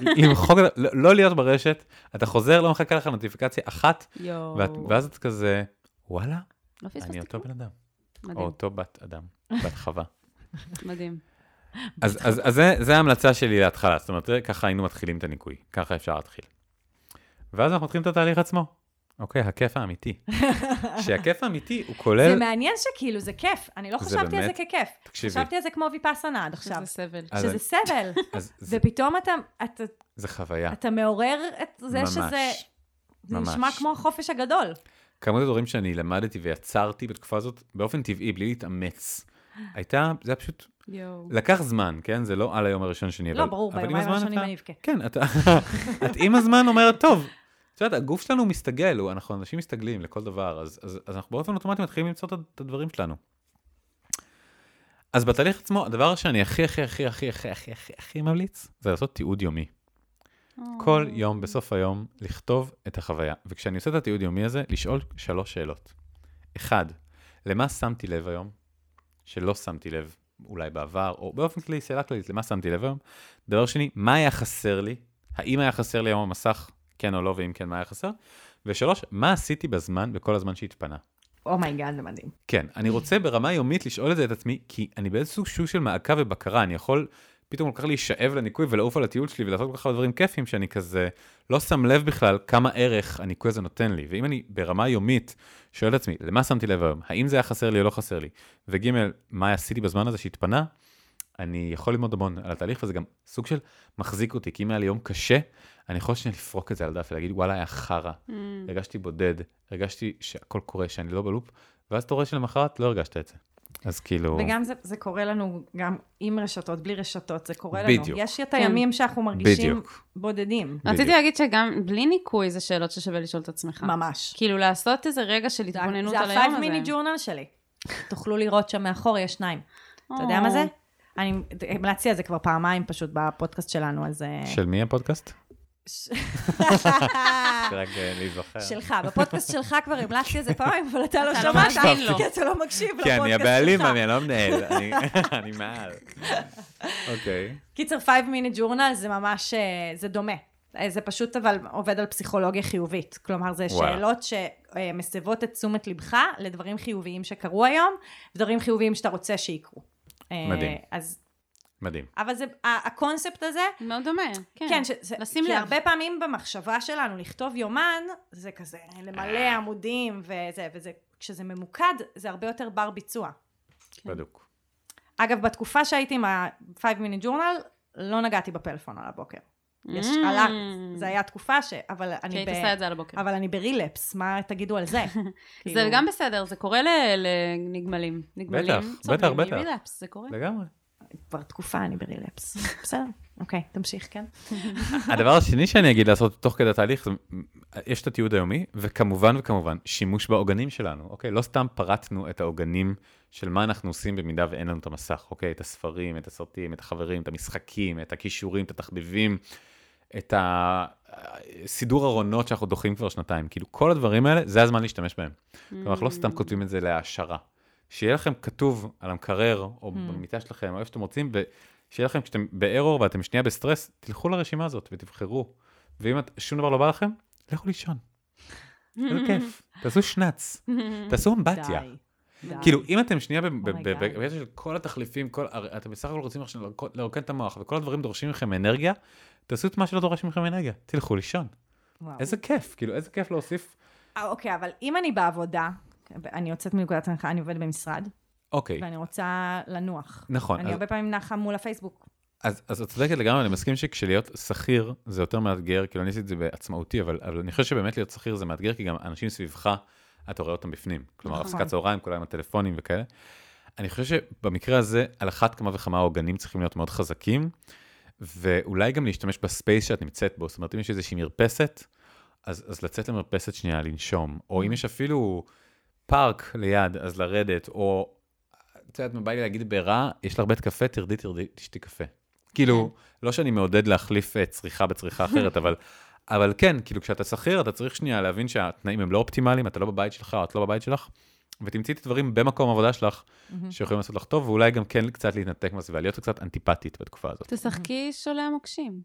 למחוק אותם, לא- לא להיות ברשת, אתה חוזר, לא מחכה לך נוטיפיקציה אחת,
יואו.
ואת- ואז את כזה, וואלה,
לא פספסתי
אני אותו
כלום.
בן אדם. או
מדהים,
אותו בת אדם, בת חווה.
מדהים.
אז, אז, אז זה, זה ההמלצה שלי להתחלה, זאת אומרת, ככה היינו מתחילים את הניקוי, ככה אפשר להתחיל. ואז אנחנו מתחילים את התהליך עצמו. אוקיי, הכיף
[laughs]
האמיתי. שהכיף האמיתי הוא
זה
כולל...
מעניין שכאילו, זה כיף. אני לא
זה
חשבתי על זה
באמת-
ככיף.
תקשיבי,
חשבתי על זה כמו ויפאסנה עד עכשיו.
שזה סבל.
אז
שזה
אני-
סבל.
אז [laughs] זה,
ופתאום אתה, אתה,
זה חוויה,
אתה מעורר את זה
ממש.
שזה... זה נשמע
ממש.
כמו החופש הגדול.
כמות הדברים שאני למדתי ויצרתי בתקופה הזאת, באופן טבעי, בלי להתאמץ, הייתה, זה היה פשוט,
יואו.
לקח זמן, כן? זה לא על היום הראשון שני,
לא, ברור,
אבל עם
ביומיים
הזמן
הראשונים
אתה-
אני אבכה.
כן, אתה- את עם הזמן אומרת, טוב, את יודעת, הגוף שלנו הוא מסתגל, הוא- אנחנו אנשים מסתגלים לכל דבר, אז, אז, אז אנחנו באופן אוטומטי מתחילים למצוא את ה- את הדברים שלנו. אז בתהליך עצמו, הדבר שאני הכי הכי הכי הכי הכי הכי הכי הכי ממליץ, זה לעשות תיעוד יומי. כל יום בסוף היום לכתוב את החוויה. וכשאני עושה את התיעוד יומי הזה, לשאול שלוש שאלות. אחד, למה שמתי לב היום? שלא שמתי לב אולי בעבר, או באופן כללי, שאלה כללית, למה שמתי לב היום? דבר שני, מה היה חסר לי? האם היה חסר לי היום המסך, כן או לא, ואם כן, מה היה חסר? ושלוש, מה עשיתי בזמן, בכל הזמן שהתפנה?
אומייגאד, Oh זה מדהים.
כן, אני רוצה ברמה יומית לשאול את זה את עצמי, כי אני באיזשהו סוג של מעקב ובקרה, אני יכול פתאום כל כך להישאב לניקוי ולעוף על הטיול שלי ולעשות כל כך הרבה דברים כיפים, שאני כזה לא שם לב בכלל כמה ערך הניקוי הזה נותן לי. ואם אני ברמה יומית שואל את עצמי, למה שמתי לב היום? האם זה היה חסר לי או לא חסר לי? וג', מה עשיתי בזמן הזה שהתפנה? אני יכול ללמוד המון על התהליך, וזה גם סוג של מחזיק אותי, כי אם היה לי יום קשה, אני יכול שנייה לפרוק את זה על דף ולהגיד, וואלה, היה חרא,
Mm.
Mm.
הרגשתי בודד, הרגשתי שהכל קורה, שאני לא בלופ, ואז אתה רואה שלמחרת לא הרגשת את זה. אז כאילו,
וגם זה, זה קורה לנו גם עם רשתות, בלי רשתות, זה קורה לנו. כן.
בדיוק.
יש את הימים שאנחנו מרגישים
בדיוק.
בודדים.
רציתי
בדיוק.
להגיד שגם בלי ניקוי זה שאלות ששווה לשאול את עצמך.
ממש.
כאילו לעשות איזה רגע של
זה-
התבוננות
זה
על היום הזה.
ה-five מיני ג'ורנל שלי. תוכלו לראות שם מאחור, יש שניים. אתה יודע מה זה? אני המלצתי על זה כבר פעמיים פשוט בפודקאסט שלנו, אז... אה, [laughs]
של מי הפודקאסט?
ש-
רק אה, להיזכר.
שלך, בפודקאסט שלך כבר המלצתי על זה פעמיים, אבל אתה לא
אתה לא
שמעת,
מאזין לו.
כי אתה לא מקשיב לפודקאסט
כן,
שלך.
אני הבעלים, אני לא מנהל,
[laughs]
אני- אני מעל. אוקיי.
קיצר, 5 minute journal זה ממש, אה, זה דומה. אה, זה פשוט אבל עובד על פסיכולוגיה חיובית. כלומר, זה
וואלה.
שאלות שמסבות את תשומת לבך לדברים חיוביים שקרו היום, ודברים חיוביים שאתה רוצה שיקרו. אה,
מדהים.
אז,
מדהים.
אבל זה, ה- הקונספט הזה,
מאוד דומה, כן.
כן, שזה,
לשים
כי
לב.
הרבה פעמים במחשבה שלנו לכתוב יומן, זה כזה למלא
אה.
עמודים וזה, וזה, כשזה ממוקד, זה הרבה יותר בר ביצוע. כן.
בדוק.
אגב, בתקופה שהייתי עם ה-5 מיני ג'ורנל, לא נגעתי בפלאפון על הבוקר. יש
Mm.
עלה, זה היה תקופה ש... אבל אני,
קייט
ב...
עשה את זה על הבוקר.
אבל אני ברילפס, מה תגידו על זה? [laughs] כאילו,
[laughs] זה גם בסדר, זה קורה ל- לנגמלים. נגמלים
בטח,
סובלים
בטח, בטח.
מרילפס, זה קורה.
לגמרי.
כבר תקופה אני ברילפס. [laughs] בסדר, אוקיי, תמשיך, כן?
הדבר השני שאני אגיד לעשות תוך כדי התהליך, זה, יש את התיעוד היומי, וכמובן וכמובן, שימוש בעוגנים שלנו, אוקיי? לא סתם פרטנו את העוגנים של מה אנחנו עושים במידה ואין לנו את המסך, אוקיי? את הספרים, את הסרטים, את החברים, את המשחקים, את הכישורים, את התחביבים, את הסידור ארונות שאנחנו דוחים כבר שנתיים. כאילו, כל הדברים האלה, זה הזמן להשתמש בהם. כלומר, אנחנו לא סתם כותבים את זה להעשרה. שיהיה לכם כתוב על המקרר, או במיטה שלכם, או איפה שאתם רוצים, ושיהיה לכם כשאתם בארור ואתם שנייה בסטרס, תלכו לרשימה הזאת ותבחרו. ואם את, שום דבר לא בא לכם, לכו לישון. זה כיף. תעשו שנץ, תעשו אמבטיה.
די, די.
כאילו, אם אתם שנייה ב- ב-
Oh my
ב-
God.
בקטע של כל התחליפים, כל- הרי אתם בסך הכל רוצים עכשיו לרקוד- לרוקן את המוח, וכל הדברים דורשים מכם אנרגיה, תעשו את מה שלא דורש מכם אנרגיה, תלכו לישון.
וואו.
איזה כיף, כאילו, איזה כיף להוסיף.
אה, אוקיי, אבל אם אני בעבודה, אני יוצאת מנקודת הנחה, אני עובדת במשרד,
אוקיי,
ואני רוצה לנוח.
נכון.
אני
אז-
הרבה פעמים נחה מול הפייסבוק.
אז, אז את צודקת לגמרי, אני מסכים שכשלהיות שכיר זה יותר מאתגר, כאילו אני עשיתי את זה בעצמאותי, אבל, אבל אני חושב שבאמת להיות שכיר זה מאתגר, כי גם אנשים סביבך, אתה רואה אותם בפנים. כלומר,
נכון.
הפסקת צהריים, כולם עם הטלפונים וכאלה. אני חושב שבמקרה הזה, על אחת כמה וכמה העוגנים צריכים להיות מאוד חזקים, ואולי גם להשתמש בספייס שאת נמצאת בו. זאת אומרת, אם יש איזושהי מרפסת, אז, אז לצאת למרפסת שנייה לנשום, או אם יש אפילו פארק ליד, אז לרדת, או את יודעת, מה בא לי להגיד בעירה, יש לך בית קפה, תרדי, תרדי, תשתי קפה. כאילו,
כן.
לא שאני מעודד להחליף אה, צריכה בצריכה אחרת, אבל, אבל כן, כאילו, כשאתה שכיר, אתה צריך שנייה להבין שהתנאים הם לא אופטימליים, אתה לא בבית שלך, או את לא בבית שלך, ותמצאי את הדברים במקום העבודה שלך, שיכולים לעשות לך טוב, ואולי גם כן קצת להתנתק מהסביבה, להיות קצת אנטיפטית בתקופה הזאת.
תשחקי שולה מוקשים.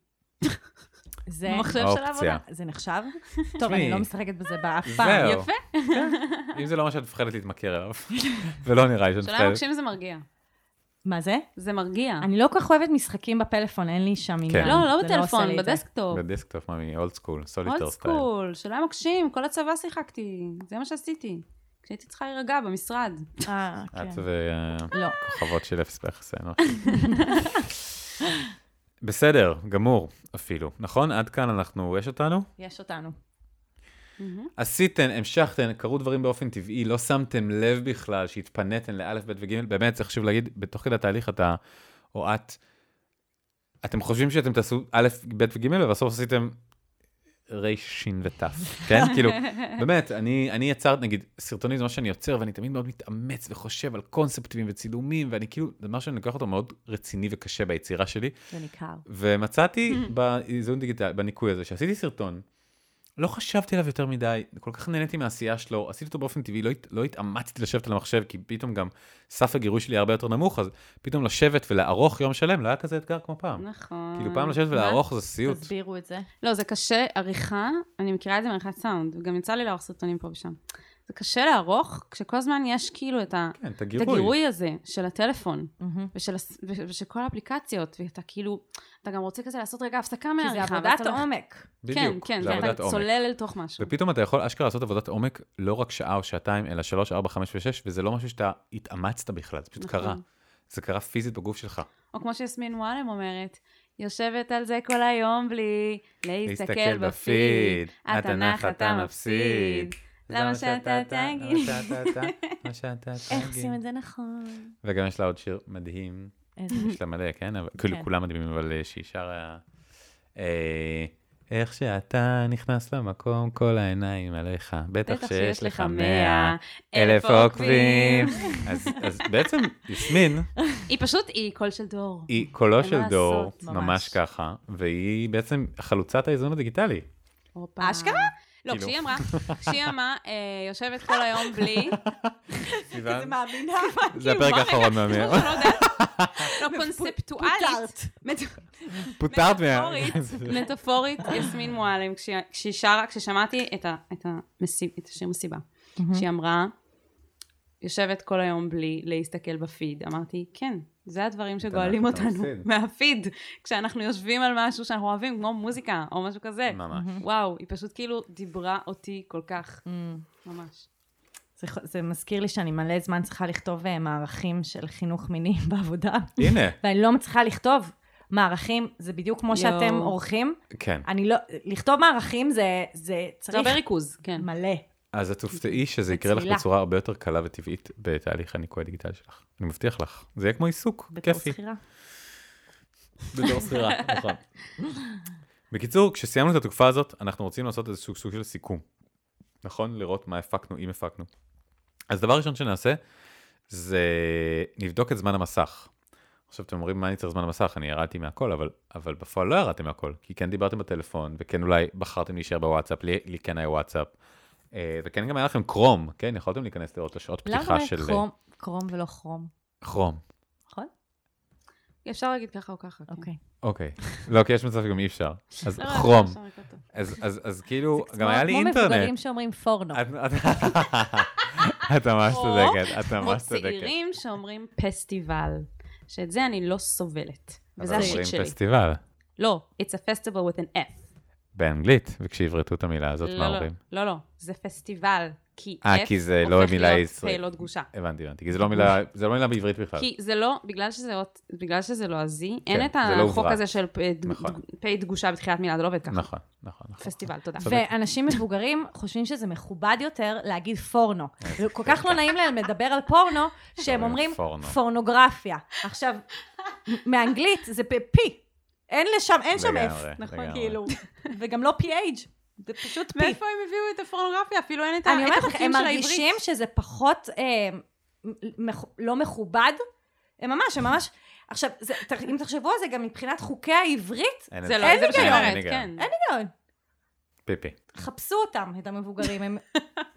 זה...
במחשב של
האופציה.
העבודה.
זה
[laughs]
נחשב? טוב, אני לא משחקת בזה באף פעם.
זהו.
יפה.
אם זה לא מה שאת מפחדת להתמכר אליו, [laughs] ולא נראה לי שאת
שולה
מפחדת.
מוקשים זה מרגיע.
מה זה?
אה.
זה מרגיע.
אני לא כל כך אוהבת משחקים בפלאפון, אין לי
כן.
שם עניין.
לא, לא
זה עושה לי
בטלפון,
את זה.
בדסקטופ.
בדסקטופ, מאמי, אולד סקול,
אולד
סוליטר סטייל.
סקול, שולה מוקשים, כל הצבא שיחקתי. זה מה שעשיתי. כשהייתי צריכה להירגע במשרד.
אה, כן.
את ו...
לא.
כוכבות של אפס ביחסי אנוש. [laughs] בסדר, גמור אפילו, נכון? עד כאן אנחנו, יש אותנו?
יש אותנו.
עשיתן, המשכתן, קרו דברים באופן טבעי, לא שמתם לב בכלל שהתפניתן לאלף, בית וג', באמת, זה חשוב להגיד, בתוך כדי התהליך אתה, או את, אתם חושבים שאתם תעשו א', ב' וג', ובסוף עשיתם ר', ש' ות', כן? כאילו, באמת, אני, אני יצרת, נגיד, סרטונים זה מה שאני יוצר, ואני תמיד מאוד מתאמץ וחושב על קונספטים וצילומים, ואני כאילו, זה משהו שאני לוקח אותו מאוד רציני וקשה ביצירה שלי,
זה ניכר.
ומצאתי
[laughs]
באיזון דיגיטלי, בניקוי הזה, שעשיתי סרטון, לא חשבתי עליו יותר מדי, כל כך נהניתי מהעשייה שלו, עשיתי אותו באופן טבעי, לא, הת- לא התאמצתי לשבת על המחשב, כי פתאום גם סף הגירוי שלי היה הרבה יותר נמוך, אז פתאום לשבת ולערוך יום שלם, לא היה כזה אתגר כמו פעם.
נכון.
כאילו פעם לשבת
מה?
ולערוך זה סיוט.
תסבירו את זה.
לא, זה קשה, עריכה, אני מכירה את זה מעריכת סאונד, גם יצא לי לערוך סרטונים פה ושם. זה קשה לערוך, כשכל הזמן יש כאילו את ה-
כן, את
את
הגירוי.
הגירוי הזה של הטלפון,
מהמם.
ושל הס- וש- ושל כל האפליקציות, ואתה כאילו, אתה גם רוצה כזה לעשות רגע הפסקה
כי זה
מהעריכה.
עבודת
ואתה לא-
עומק.
כן,
בדיוק,
כן,
זה
כן,
עבודת
אתה
עומק.
צולל אל תוך משהו.
ופתאום אתה יכול אשכרה לעשות עבודת עומק לא רק שעה או שעתיים, אלא שלוש, ארבע, חמש ושש, וזה לא משהו שאתה התאמצת בכלל, זה פשוט
נכון.
קרה. זה קרה פיזית בגוף שלך.
או כמו שיסמין מועלם אומרת, יושבת על זה כל היום בלי להסתכל בפיד. התנ"ך אתה מפסיד. למה שאתה תגיד?
למה שאתה
איך עושים את זה נכון?
וגם יש לה עוד שיר מדהים,
איזה
יש לה מלא, כן? אבל- כאילו,
כן.
כולם מדהימים, אבל אה, שהיא שרה... אה, איך שאתה נכנס למקום, כל העיניים עליך. בטח שיש לך מאה אלף עוקבים. אז- אז בעצם, יסמין
היא פשוט, היא קול של דור.
היא קולו
אין
של
מה
דור,
לעשות,
ממש
ממש.
ככה, והיא בעצם חלוצת האיזון הדיגיטלי.
הופה.
אשכרה?
לא,
כאילו.
כשהיא אמרה, כשהיא אמרה, אה, יושבת כל היום בלי,
סיוון,
[laughs]
מאמינה.
זה
כאילו,
הפרק
מה
האחרון
אני
מהמאה.
לא יודעת,
[laughs]
לא קונספטואלית,
פוטרת מה...
מטאפורית,
[laughs]
מטאפורית, יסמין מועלם, כשהיא- כשהיא שרה, כששמעתי את ה- את המסיב- את השיר מסיבה, שהיא אמרה, יושבת כל היום בלי להסתכל בפיד, אמרתי, כן, זה הדברים שגואלים
אתה
אותנו
מפסיד."
מהפיד, כשאנחנו יושבים על משהו שאנחנו אוהבים, כמו מוזיקה או משהו כזה.
ממש.
וואו, היא פשוט כאילו דיברה אותי כל כך, ממש.
זה מזכיר לי שאני מלא זמן צריכה לכתוב אה, מערכים של חינוך מיני [laughs] בעבודה,
הנה,
ואני לא מצליחה לכתוב. מערכים, זה בדיוק כמו
יואו.
שאתם עורכים.
כן.
אני לא, לכתוב מערכים זה, זה
זה
צריך
הרבה ריכוז, כן.
מלא.
אז את תופתעי שזה יקרה לך
בצלילה.
בצורה הרבה יותר קלה וטבעית בתהליך הניקוי הדיגיטלי שלך. אני מבטיח לך. זה יהיה כמו עיסוק,
בתור
כיפי.
שכירה.
בתור
[laughs]
שכירה, נכון. בקיצור, כשסיימנו את התקופה הזאת, אנחנו רוצים לעשות איזשהו סוג של סיכום. נכון? לראות מה הפקנו, אם הפקנו. אז דבר ראשון שנעשה, זה נבדוק את זמן המסך. עכשיו אתם אומרים, מה אני צריך זמן המסך? אני ירדתי מהכל, אבל, אבל בפועל לא ירדתם מהכל, כי כן דיברתם בטלפון, וכן אולי בחרתם להישאר בוואטסאפ, לי, לי כן היה וואטסאפ. אה, וכן גם היה לכם קרום, כן? יכולתם להיכנס לראות לשעות
למה
לא
פתיחה
באמת
של... אה,
קרום, קרום ולא כרום,
כרום.
נכון?
אפשר להגיד ככה או ככה. כן.
אוקיי.
אוקיי. לא, כי יש מצב שגם אי אפשר. אז
לא, לא,
כרום.
אפשר לקרוא אותו.
אז, אז, אז כאילו,
זה
גם היה לי
כמו מבוגרים
אינטרנט.
שאומרים פורנו.
את- את- [laughs] את ממש
לא. או
צודקת, את
כמו
ממש צודקת.
צעירים שאומרים פסטיבל, שאת זה אני לא סובלת. וזה
אבל לא
השיט
אומרים
שלי.
פסטיבל,
לא, it's a festival with an F.
באנגלית, וכשיברטו את המילה הזאת, מה
לא, לא,
אומרים?
לא, לא, זה פסטיבל. כי
אה,
F
כי זה לא
הופך
מילה
להיות
ישראלית.
פ' לא דגושה.
הבנתי, הבנתי. כי זה לא מילה, זה לא מילה בעברית בכלל.
כי זה לא, בגלל שזה אות- בגלל שזה לועזי, אין
כן,
את
זה לא
החוק
הוברק.
הזה של פ' דג-
נכון.
דג- פ' דגושה בתחילת מילה, זה לא עובד ככה.
נכון, נכון, נכון.
פסטיבל, תודה.
ואנשים מבוגרים חושבים שזה מכובד יותר להגיד פורנו.
אה, כן,
כל כך לא נעים להם לדבר על
[laughs]
פורנו, שהם אומרים
פורנו.
פורנוגרפיה. עכשיו, מאנגלית זה פי. אין לשם, אין שם F,
לגמרי,
נכון,
לגמרי.
כאילו.
וגם לא PH,
אה,
זה
[laughs]
פשוט פי.
מאיפה הם הביאו את הפורנוגרפיה? אפילו אין את ה-
אני
את
אומרת לך,
החוקים
הם
של העברית.
מרגישים שזה פחות אה, מ- מח- לא מכובד. הם ממש, הם ממש... עכשיו, זה- ת- אם תחשבו על זה, גם מבחינת חוקי העברית,
אין
זה
את
לא, זה מה שאני
היגיון.
אומרת,
אין
כן. לא,
היגיון.
לא,
פיפי.
חפשו אותם, את המבוגרים,
[laughs]
הם-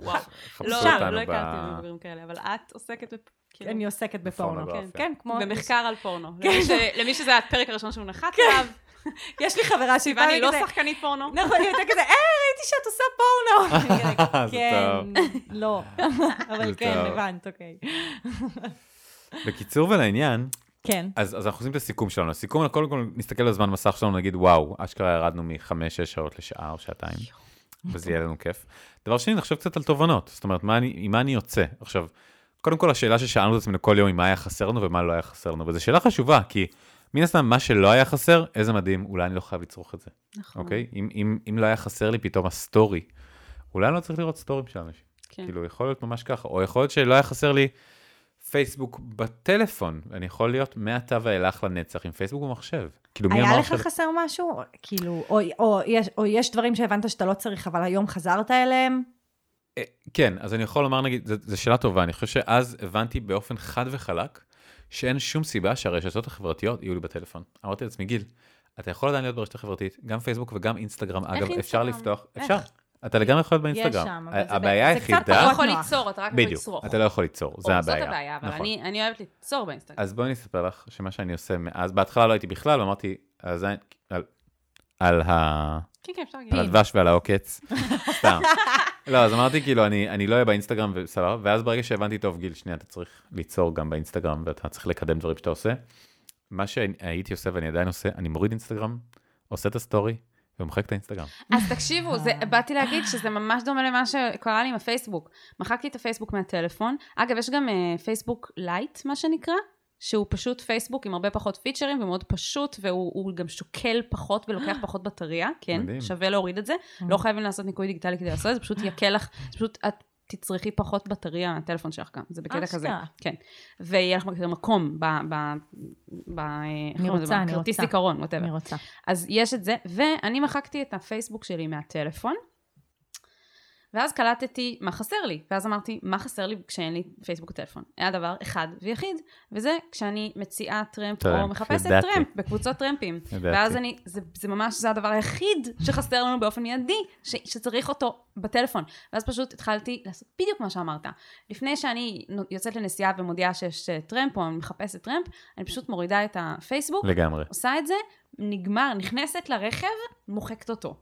וואו.
חפשו
לא,
אותנו
לא
ב...
הכרתי מבוגרים כאלה, אבל את עוסקת בפ- כאילו,
אני עוסקת בפורנו.
בפורנוגרפיה.
כן, כמו...
במחקר על פורנו.
כן.
למי ש- למי שזה הפרק הראשון שהוא נחת עליו,
יש לי חברה שהיא
ואני לא
כזה-
שחקנית פורנו.
נכון, היא הייתה כזה, אה, ראיתי שאת עושה
[laughs]
פורנו. אני כזה,
זה
כן, לא. אבל
זה
כן,
טוב.
הבנת, אוקיי.
בקיצור ולעניין,
כן.
אז, אז אנחנו עושים את הסיכום שלנו. הסיכום, אנחנו קודם כל נסתכל על הזמן מסך שלנו, נגיד, וואו, אשכרה ירדנו מחמש-שש שעות לשעה או שעתיים, וזה יהיה לנו כיף. דבר שני, נחשוב קצת על תובנות. זאת אומרת, מה אני, עם מה אני יוצא? עכשיו, קודם כל, השאלה ששאלנו את עצמנו כל יום היא מה היה חסר לנו ומה לא היה חסר לנו, וזו שאלה חשובה, כי מן הסתם, מה שלא היה חסר, איזה מדהים, אולי אני לא חייב לצרוך את זה,
נכון.
אוקיי? אם, אם, אם לא היה חסר לי פתאום הסטורי, אולי אני לא צריך לראות סטורים של אנשים.
כן.
כאילו, יכול להיות ממש ככה, או יכול להיות שלא היה חסר לי פייסבוק בטלפון, אני יכול להיות מעתה ואילך לנצח עם פייסבוק במחשב. כאילו, מי
היה
אמר
לך
לך...
חסר משהו? כאילו, או- או יש- או יש דברים שהבנת שאתה לא צריך, אבל היום חזרת אליהם?
כן, אז אני יכול לומר, נגיד, ז- זו שאלה טובה, אני חושב שאז הבנתי באופן חד וחלק, שאין שום סיבה שהרשתות החברתיות יהיו לי בטלפון. אמרתי לעצמי, גיל, אתה יכול עדיין להיות ברשת החברתית, גם פייסבוק וגם אינסטגרם. אגב, אפשר
אינסטגרם?
לפתוח,
איך?
אפשר. אתה לגמרי יכול להיות באינסטגרם.
שם, אבל
ה-
זה ב-
הבעיה
זה קצת
היחידה...
אתה לא
פחות
יכול
נוח.
ליצור, אתה רק יכול
בדיוק,
לצרוך.
אתה לא יכול ליצור,
או,
זה הבעיה.
זאת הבעיה, אבל
נכון.
אני אני אוהבת ליצור באינסטגרם.
אז בואי אני אספר לך שמה שאני עושה מאז, בהתחלה לא הייתי בכלל, ואמרתי, הזין, על, על, ה,
כן, כן, אפשר להגיד.
על הדבש ועל העוקץ, סתם. לא, אז אמרתי, כאילו, אני, אני לא אהיה באינסטגרם וסבבה, ואז ברגע שהבנתי, טוב, גיל, שנייה, אתה צריך ליצור גם באינסטגרם, ואתה צריך לקדם דברים שאתה עושה. מה שהייתי עושה ואני עדיין עושה, אני מוריד אינסטגרם, עושה את הסטורי, ומוחק את האינסטגרם.
אז תקשיבו, זה,
אה.
באתי להגיד שזה ממש דומה למה שקרה לי עם הפייסבוק. מחקתי את הפייסבוק מהטלפון. אגב, יש גם אה, פייסבוק לייט, מה שנקרא, שהוא פשוט פייסבוק עם הרבה פחות פיצ'רים ומאוד פשוט, והוא הוא גם שוקל
[gasps]
פחות ולוקח פחות בטריה, כן,
מדהים.
שווה להוריד את זה.
אה.
לא חייבים לעשות ניקוי דיגיטלי כדי לעשות את זה, פשוט יקל לך, פשוט את תצרכי פחות בטריה מהטלפון שלך גם, זה בקטע כזה.
אשכרה.
כן. ויהיה לך יותר מקום ב... אה, ב, ב אני
רוצה, אני
כרטיס
רוצה.
זיכרון, whatever.
אני רוצה.
אז יש את זה, ואני מחקתי את הפייסבוק שלי מהטלפון, ואז קלטתי מה חסר לי, ואז אמרתי, מה חסר לי כשאין לי פייסבוק בטלפון? היה דבר אחד ויחיד, וזה כשאני מציעה טרמפ,
טרמפ,
או מחפשת
ידעתי.
טרמפ, בקבוצות טרמפים.
ידעתי.
ואז אני, זה, זה ממש, זה הדבר היחיד שחסר לנו באופן מיידי, ש, שצריך אותו בטלפון. ואז פשוט התחלתי לעשות בדיוק מה שאמרת. לפני שאני נו- יוצאת לנסיעה ומודיעה שיש אה, טרמפ, או אני מחפשת טרמפ, אני פשוט מורידה את הפייסבוק,
לגמרי.
עושה את זה, נגמר, נכנסת לרכב, מוחקת אותו.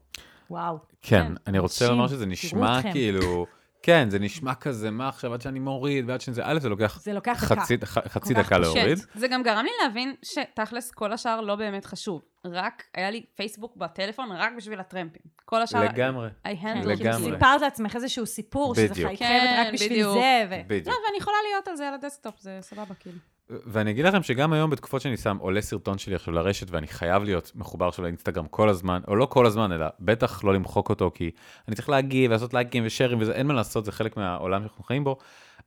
וואו.
כן,
כן,
אני רוצה
אנשים,
לומר שזה
תראו
נשמע
אתכם.
כאילו, כן, זה נשמע כזה, מה עכשיו, עד שאני מוריד, ועד שזה, א', זה לוקח
זה לוקח דקה.
חצי, ח- חצי
כל כך
דקה להוריד.
שט. זה גם גרם לי להבין שתכלס כל השאר לא באמת חשוב. רק, היה לי פייסבוק בטלפון רק בשביל הטרמפים. כל השאר...
לגמרי.
I handle כאילו,
לגמרי.
לגמרי.
כן. סיפרת לעצמך איזשהו סיפור, שזה
בדיוק.
חייבת רק
כן,
בשביל
בדיוק.
זה, ו... לא.
לא,
בדיוק.
ואני יכולה להיות על זה על הדסקטופ, זה סבבה כאילו.
ואני אגיד לכם שגם היום בתקופות שאני שם, עולה סרטון שלי עכשיו לרשת, ואני חייב להיות מחובר עכשיו לאינסטגרם כל הזמן, או לא כל הזמן, אלא בטח לא למחוק אותו, כי אני צריך להגיב, לעשות לייקים ושיירים וזה, אין מה לעשות, זה חלק מהעולם שאנחנו חיים בו.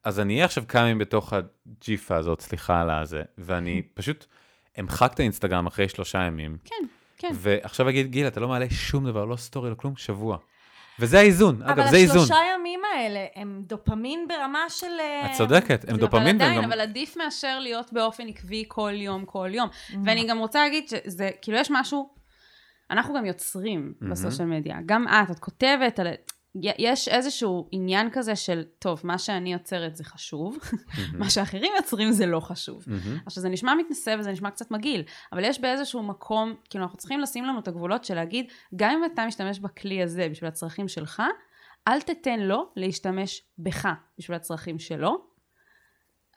אז אני אהיה עכשיו כמה ימים בתוך הג'יפה הזאת, סליחה על הזה,
[laughs]
ואני פשוט אמחק את האינסטגרם אחרי שלושה ימים,
כן, כן.
ועכשיו אגיד, גיל, אתה לא מעלה שום דבר, לא סטורי, לא כלום, שבוע. וזה האיזון, אגב,
אבל
זה איזון.
השלושה ימים האלה הם דופמין ברמה של... אה,
את צודקת, הם דופמין
כאילו, אבל
והם
עדיין,
גם...
אבל עדיף מאשר להיות באופן עקבי כל יום, כל יום. ואני גם רוצה להגיד שזה, כאילו, יש משהו, אנחנו גם יוצרים
Mm-hmm.
בסושיאל מדיה. גם את, את כותבת על... יש איזשהו עניין כזה של, טוב, מה שאני יוצרת זה חשוב, מה שאחרים יוצרים זה לא חשוב.
מהמם.
עכשיו, זה נשמע מתנשא וזה נשמע קצת מגעיל, אבל יש באיזשהו מקום, כאילו, אנחנו צריכים לשים לנו את הגבולות של להגיד, גם אם אתה משתמש בכלי הזה בשביל הצרכים שלך, אל תתן לו להשתמש בך בשביל הצרכים שלו.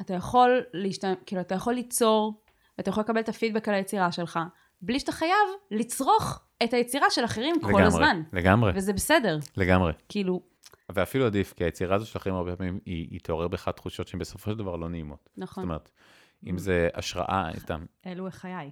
אתה יכול להשתמש, כאילו, אתה יכול ליצור, ואתה יכול לקבל את הפידבק על היצירה שלך, בלי שאתה חייב לצרוך את היצירה של אחרים כל
לגמרי,
הזמן.
לגמרי,
וזה בסדר,
לגמרי.
כאילו,
ואפילו עדיף, כי היצירה הזו של אחרים הרבה פעמים, היא היא תעורר בך תחושות שהן בסופו של דבר לא נעימות. זאת
נכון.
אומרת, אם זה השראה, סתם,
אלו חיי.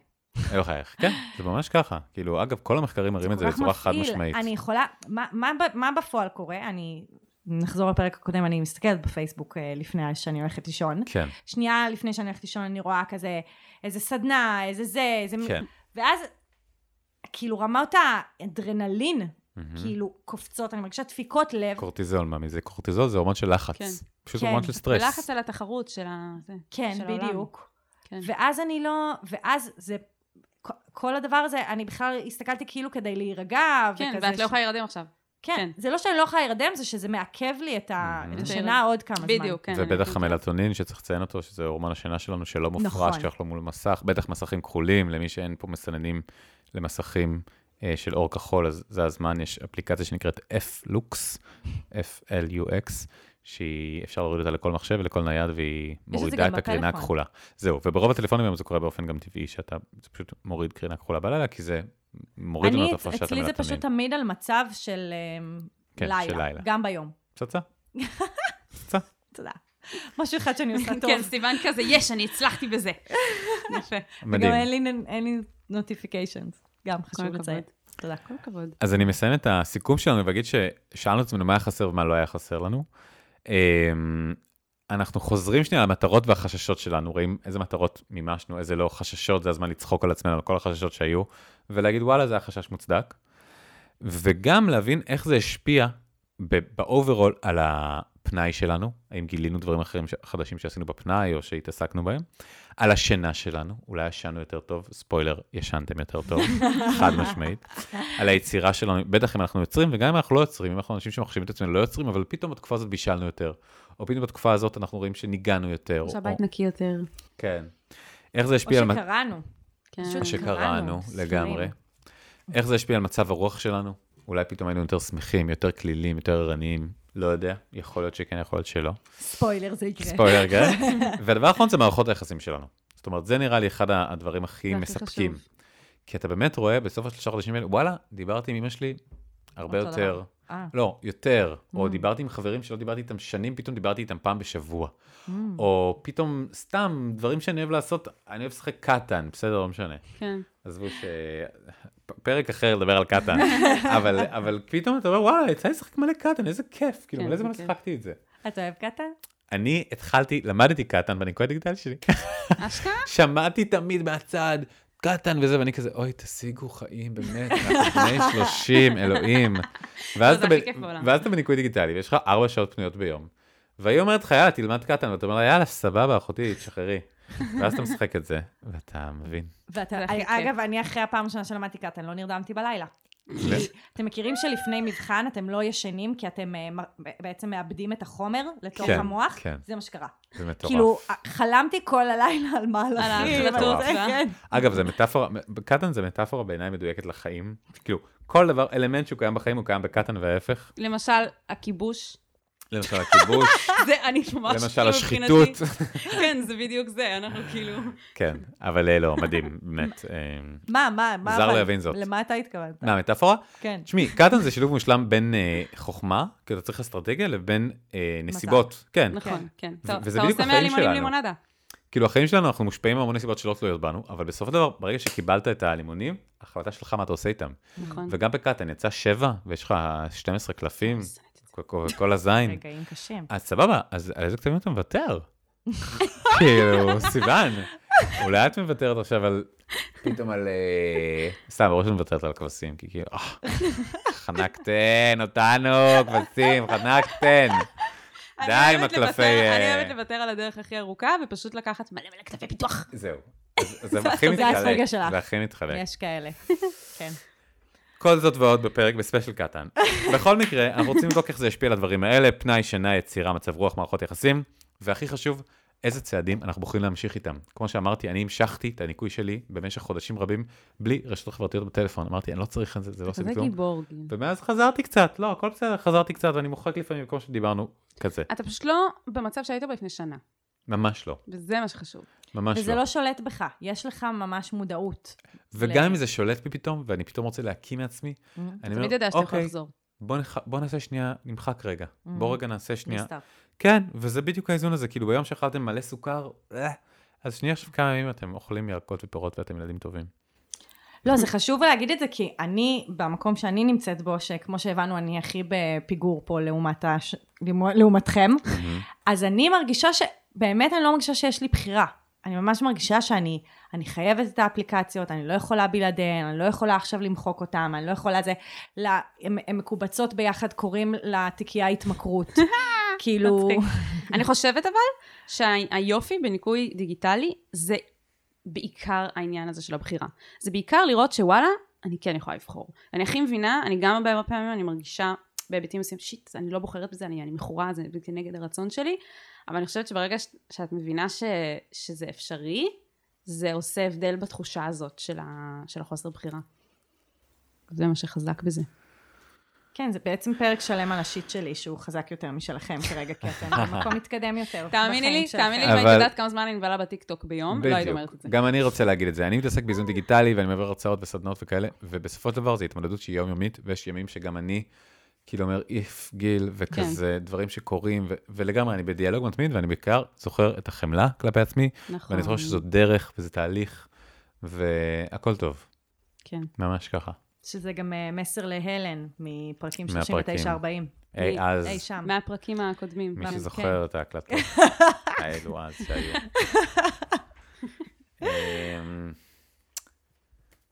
אין לחייך. כן, זה ממש ככה. כאילו, אגב, כל המחקרים מראים את זה
כל כך
בצורה חד
מפעיל.
משמעית.
אני יכולה, מה, מה, ב- מה בפועל קורה? אני, נחזור לפרק הקודם, אני מסתכלת בפייסבוק אה, לפני שאני הולכת לישון.
כן,
שנייה לפני שאני הולכת לישון, אני רואה כזה, איזה סדנה, איזה זה, איזה...
כן.
ואז, כאילו, רמות האדרנלין,
מהמם.
כאילו, קופצות, אני מרגישה דפיקות לב.
Mm-hmm. קורטיזול, מה מזה? קורטיזול זה הורמון של
כן.
לחץ. פשוט
כן.
הורמון של סטרס.
לחץ על התחרות של ה... זה,
כן,
של העולם.
בדיוק.
כן.
ואז אני לא, ואז זה, כ- כל הדבר הזה, אני בכלל הסתכלתי כאילו כדי להירגע,
כן,
וכזה
ואת
ש-
לא יכולה להירדם עכשיו.
כן,
כן.
זה לא שאני לא יכולה להירדם, זה שזה מעכב לי את ה-
Mhm.
את
את
השינה
ההיריון.
עוד כמה זמן.
בדיוק, כן. אני
ובטח
מבינה.
המלטונין, שצריך לציין אותו, שזה הורמון השינה שלנו שלא
נכון.
מופרש, כך לא מול מסך, בטח מסכים כחולים, למי שאין פה מסננים למסכים אה, של אור כחול, אז זה הזמן, יש אפליקציה שנקראת F-Lux, F-L-U-X, שהיא, אפשר להוריד אותה לכל מחשב ולכל נייד, והיא
זה
מורידה
גם
את הקרינה
בטלפון.
הכחולה. זהו, וברוב הטלפונים היום זה קורה באופן גם טבעי, שאתה זה פשוט מוריד קרינה כחולה בלילה, כי זה מוריד לנו
אני,
את הפרשת
אצלי זה
המלטונין.
פשוט תמיד על מצב של אמ,
כן, של
לילה,
לילה.
גם ביום.
פצצה. פצצה.
תודה. [laughs] משהו אחד שאני
[laughs]
עושה טוב.
כן, סיוון כזה, יש, אני הצלחתי בזה. יפה.
מדהים.
וגם אין לי, אין לי notifications, גם חשוב
הכבוד.
לציין. תודה.
כל הכבוד.
אז אני מסיים את הסיכום שלנו ואגיד ששאלנו את עצמנו מה היה חסר ומה לא היה חסר לנו. אמ, אנחנו חוזרים שנייה למטרות והחששות שלנו, רואים איזה מטרות מימשנו, איזה לא, חששות, זה הזמן לצחוק על עצמנו, על כל החששות שהיו, ולהגיד וואלה, זה היה חשש מוצדק. וגם להבין איך זה השפיע ב- באוברול על הפנאי שלנו, האם גילינו דברים אחרים ש- חדשים שעשינו בפנאי או שהתעסקנו בהם, על השינה שלנו, אולי ישנו יותר טוב, ספוילר, ישנתם יותר טוב, חד משמעית, על היצירה שלנו, בטח אם אנחנו יוצרים וגם אם אנחנו לא יוצרים, אם אנחנו אנשים שמחשיבים את עצמנו לא יוצרים, אבל פתאום בתקופה הזאת בישלנו יותר, או פתאום בתקופה הזאת אנחנו רואים שניגענו יותר. או-
שהבית נקי יותר.
כן. איך זה
או
השפיע על...
שקראנו.
כן.
פשוט-
מה
קראנו,
שקראנו
ספרים.
לגמרי. איך זה השפיע על מצב הרוח שלנו? אולי פתאום היינו יותר שמחים, יותר כלילים, יותר ערניים, לא יודע, יכול להיות שכן, יכול להיות שלא.
ספוילר, זה
כן.
יקרה.
ספוילר גדול. והדבר האחרון זה מערכות היחסים שלנו. זאת אומרת, זה נראה לי אחד ה- הדברים הכי
זה הכי
מספקים.
חשוב.
כי אתה באמת רואה בסוף השלושה חודשים האלה, וואלה, דיברתי עם אמא שלי הרבה
אותו
יותר.
דבר. אה,
לא, יותר. או דיברתי עם חברים שלא דיברתי איתם שנים, פתאום דיברתי איתם פעם בשבוע. או פתאום, סתם, דברים שאני אוהב לעשות, אני אוהב לשחק קטן, בסדר, לא משנה.
כן.
עזבו ש... פ- פרק אחר לדבר על
[laughs]
קטן, אבל, אבל פתאום אתה אומר, וואלה, יצא לי לשחק מלא קטן, איזה כיף, כאילו,
כן,
מלא זמן לא
זה כיף.
שיחקתי את זה.
אתה אוהב קטן?
אני התחלתי, למדתי קטן בניקוי דיגיטלי שלי,
אשכרה?
[laughs] שמעתי תמיד מהצד, קטן וזה, ואני כזה, אוי, תשיגו חיים, באמת, אנחנו
[laughs]
בני 30, אלוהים. ואז
לא, זה
אתה
הכי
ב-
כיף בעולם.
ואז אתה בניקוי דיגיטלי, ויש לך ארבע שעות פנויות ביום. והיא אומרת לך, יאללה, תלמד קטן, ואתה אומר לה, יאללה, סבבה, אחותי, תשחררי. ואז אתה משחק את זה, ואתה מבין.
ואתה,
זה הכי כיף.
אגב, אני אחרי הפעם הראשונה שלמדתי קטן, לא נרדמתי בלילה.
[laughs]
כי אתם מכירים שלפני מבחן אתם לא ישנים, כי אתם אה, מ- בעצם מאבדים את החומר לתוך
כן,
המוח?
כן.
זה מה שקרה.
זה מטורף.
כאילו, חלמתי כל הלילה על מהלכים.
על ההחלטות,
זה,
אה?
כן.
אגב, זה מטאפורה, קטן זה מטאפורה בעיניי מדויקת לחיים. כאילו, כל דבר, אלמנט שהוא קיים בחיים הוא קיים בקטן וההפך.
למשל, הכיבוש.
למשל הכיבוש,
זה אני [laughs] ממש...
למשל
כאילו,
השחיתות.
מבחינתי- [laughs] כן, זה בדיוק זה, אנחנו כאילו...
[laughs] כן, אבל אה, לא, מדהים, באמת. אה,
מה, מה, מה,
זר לא
אבל-
יבין זאת.
למה אתה התכוונת?
מה, מטאפורה?
כן.
תשמעי, קטן זה שילוב מושלם בין אה, חוכמה, כי אתה צריך אסטרטגיה, לבין אה, נסיבות. כן.
נכון, כן.
ו-
אתה
וזה
אתה
בדיוק
עושה
החיים
מהלימונים
שלנו.
לימונדה.
כאילו, החיים שלנו, אנחנו מושפעים מהמון נסיבות שלא תלויות בנו, אבל בסופו של דבר, ברגע שקיבלת את הלימונים, החלטה שלך מה אתה עושה איתם.
נכון.
וגם בקטן, יצא שבע, ויש לך 12 קלפים,
עושה את זה.
כל- כל- כל הזין.
רגעים קשים.
אז סבבה, אז על איזה כתבים אתה מוותר? כאילו, סיוון, אולי את מוותרת עכשיו על... פתאום על... אה, סתם, ברור שאת מוותרת על כבשים, כי כאילו, אה, חנקתן אותנו, כבשים, חנקתן. [laughs] די
אני
עם
אוהבת
הקלפי...
לוותר-
אה,
אני אוהבת לוותר על הדרך הכי ארוכה, ופשוט לקחת מלא מלא כתבי פיתוח.
זהו. אז- אז זה הכי
זה
מתחלק.
האסטרטגיה שלך.
זה הכי מתחלק.
יש כאלה. כן.
כל זאת ועוד בפרק בספיישל
[laughs]
קטן. בכל מקרה, אנחנו רוצים לבדוק איך זה ישפיע על הדברים האלה, פנאי, שינה, יצירה, מצב רוח, מערכות יחסים, והכי חשוב, איזה צעדים אנחנו בוחרים להמשיך איתם. כמו שאמרתי, אני המשכתי את הניקוי שלי במשך חודשים רבים, בלי רשתות חברתיות בטלפון. אמרתי, אני לא צריך את זה, זה לא עושה לי
כזה
כלום.
גיבור, גיל.
ומאז חזרתי קצת, לא, הכל בסדר, חזרתי קצת, ואני מוחק לפעמים במקום שדיברנו, כזה.
אתה פשוט לא במצב שהיית בו לפני שנה,
ממש לא,
וזה מה שחשוב.
ממש
וזה
לא.
לא שולט בך, יש לך ממש מודעות.
וגם אם זה שולט בי פתאום, ואני פתאום רוצה להקים מעצמי, אני
Mm-hmm. תמיד
אומר,
יודע שאתה יכול
אוקיי,
לחזור. Mm-hmm.
בוא נח- בוא נעשה שנייה, נמחק רגע. בוא רגע נעשה שנייה,
נסתר.
כן, וזה בדיוק האיזון הזה, כאילו ביום שאכלתם מלא סוכר, אה, אז שנייה עכשיו כמה ימים אתם אוכלים ירקות ופירות ואתם ילדים טובים.
לא, זה חשוב להגיד את זה, כי אני, במקום שאני נמצאת בו, שכמו שהבנו, אני הכי בפיגור פה לעומת הש... לעומתכם, אז אני מרגישה ש... באמת אני לא מרגישה שיש לי בחירה. אני ממש מרגישה שאני אני חייבת את האפליקציות, אני לא יכולה בלעדיהן, אני לא יכולה עכשיו למחוק אותן, אני לא יכולה זה. לא, הן הן מקובצות ביחד, קוראים לתיקייה
[laughs]
התמכרות. כאילו...
מצחיק. אני חושבת אבל שהיופי בניקוי דיגיטלי זה בעיקר העניין הזה של הבחירה. זה בעיקר לראות שוואלה, אני כן יכולה לבחור. אני הכי מבינה, אני גם הרבה פעמים אני מרגישה בהיבטים מסוימים, שיט, אני לא בוחרת בזה, אני, אני מכורה, זה כנגד הרצון שלי, אבל אני חושבת שברגע ש, שאת מבינה ש, שזה אפשרי, זה עושה הבדל בתחושה הזאת של, ה, של החוסר בחירה. זה מה שחזק בזה.
כן, זה בעצם פרק שלם על השיט שלי, שהוא חזק יותר משלכם כרגע, כי
[laughs]
אתם במקום מתקדם יותר.
תאמיני
בחיים
לי,
שלכם.
תאמיני לי, אם
אבל-
הייתי יודעת כמה זמן אני מבלה בטיקטוק ביום, לא הייתי אומרת את זה.
גם אני רוצה להגיד את זה. אני מתעסק באיזון דיגיטלי ואני מעבר הרצאות וסדנאות וכאלה, ובסופו של דבר זו התמודדות שהיא יומיומית, ויש ימים שגם אני, כאילו אומר איף, גיל,
כן.
וכזה, דברים שקורים, ו- ולגמרי, אני בדיאלוג מתמיד, ואני בעיקר זוכר את החמלה כלפי עצמי,
נכון.
ואני זוכר שזו דרך וזה תהליך, והכל טוב,
כן.
ממש ככה.
שזה גם אה, מסר להלן מפרקים
מהפרקים.
39-40.
היי, אה, אז...
אי שם.
מהפרקים הקודמים.
מי
כן,
שזוכר את
[laughs]
ההקלטות האלו אז שהיו. אמ,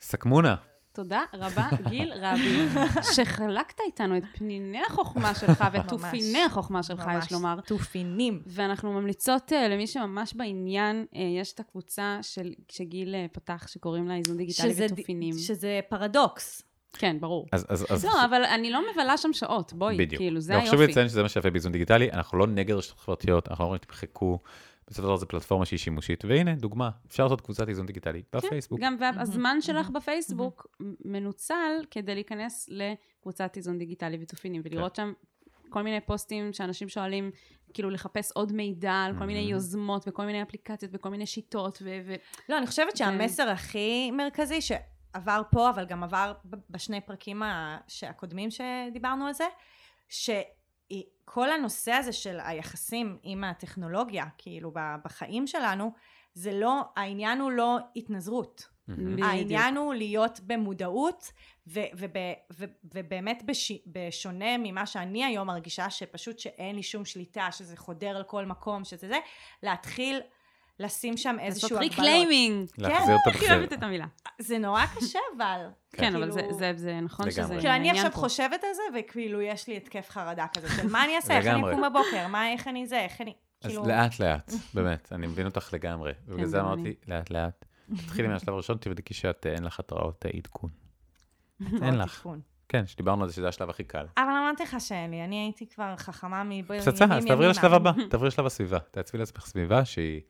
סכמונה,
כן. תודה
[laughs]
רבה, גיל רבי, שחלקת איתנו את פניני החוכמה שלך
ממש.
ואת תופיני החוכמה שלך,
ממש
יש לומר.
תופינים.
ואנחנו ממליצות אה, למי שממש בעניין, אה, יש את הקבוצה של, שגיל אה, פתח, שקוראים לה איזון דיגיטלי
שזה ד-
ותופינים.
שזה פרדוקס.
כן, ברור.
אז... אז- אז-
לא, אבל אני לא מבלה שם שעות, בואי,
אה, בדיוק. לא,
כאילו, זה
גם חשוב לי
היופי.
לציין שזה מה שיפה באיזון דיגיטלי, אנחנו לא נגד רשתות חברתיות, אנחנו לא אומרים תמחקו, בסופו של דבר זו פלטפורמה שהיא שימושית, והנה, דוגמה, אפשר לעשות קבוצת איזון דיגיטלי בפייסבוק.
כן, גם והזמן שלך בפייסבוק מנוצל כדי להיכנס לקבוצת איזון דיגיטלי ותופינים,
כן.
ולראות שם כל מיני פוסטים שאנשים שואלים, כאילו לחפש עוד מידע על כל מיני
Mhm.
יוזמות וכל מיני אפליקציות וכל מיני שיטות, ו... ו-
לא, אני
כן.
חושבת שהמסר הכי מרכזי שעבר פה, אבל גם עבר ב- בשני פרקים ה- ש- הקודמים שדיברנו על זה, שכל הנושא הזה של היחסים עם הטכנולוגיה, כאילו ב- בחיים שלנו, זה לא, העניין הוא לא התנזרות.
מהמם.
בדיוק.
העניין הוא להיות במודעות, ו- וב- ו- ובאמת בש- בשונה ממה שאני היום מרגישה, שפשוט שאין לי שום שליטה, שזה חודר לכל מקום, שזה זה, להתחיל לשים שם
לעשות
איזשהו הגבלות.
ריקליימינג.
להחזיר את
הכי
הבחירה.
כן, אוהבת את המילה.
כן.
זה נורא קשה אבל.
כן, אבל זה-
כאילו-
זה- זה נכון שזה
לגמרי.
העניין פה.
כאילו אני עכשיו חושבת על זה, וכאילו יש לי התקף חרדה כזה, של מה אני אעשה, איך אני
לגמרי.
אקום בבוקר, מה, איך אני זה, איך אני,
אז
כאילו,
לאט
[laughs]
לאט, באמת, אני מבין אותך לגמרי. ובגלל
כן,
זה
גם
אמרתי, לאט לאט. תתחילי מהשלב הראשון, תבדקי שאת, אה, אין לך התראות אה, עדכון.
עוד
אין לך.
תיקון.
כן, שדיברנו על זה שזה השלב הכי קל.
אבל אמרתי לך שאין לי, אני הייתי כבר חכמה
אה,
מבין
פצצה, אז תעברי לשלב הבא,
[laughs]
תעברי לשלב הסביבה. תעצבי לעצמך סביבה שהיא,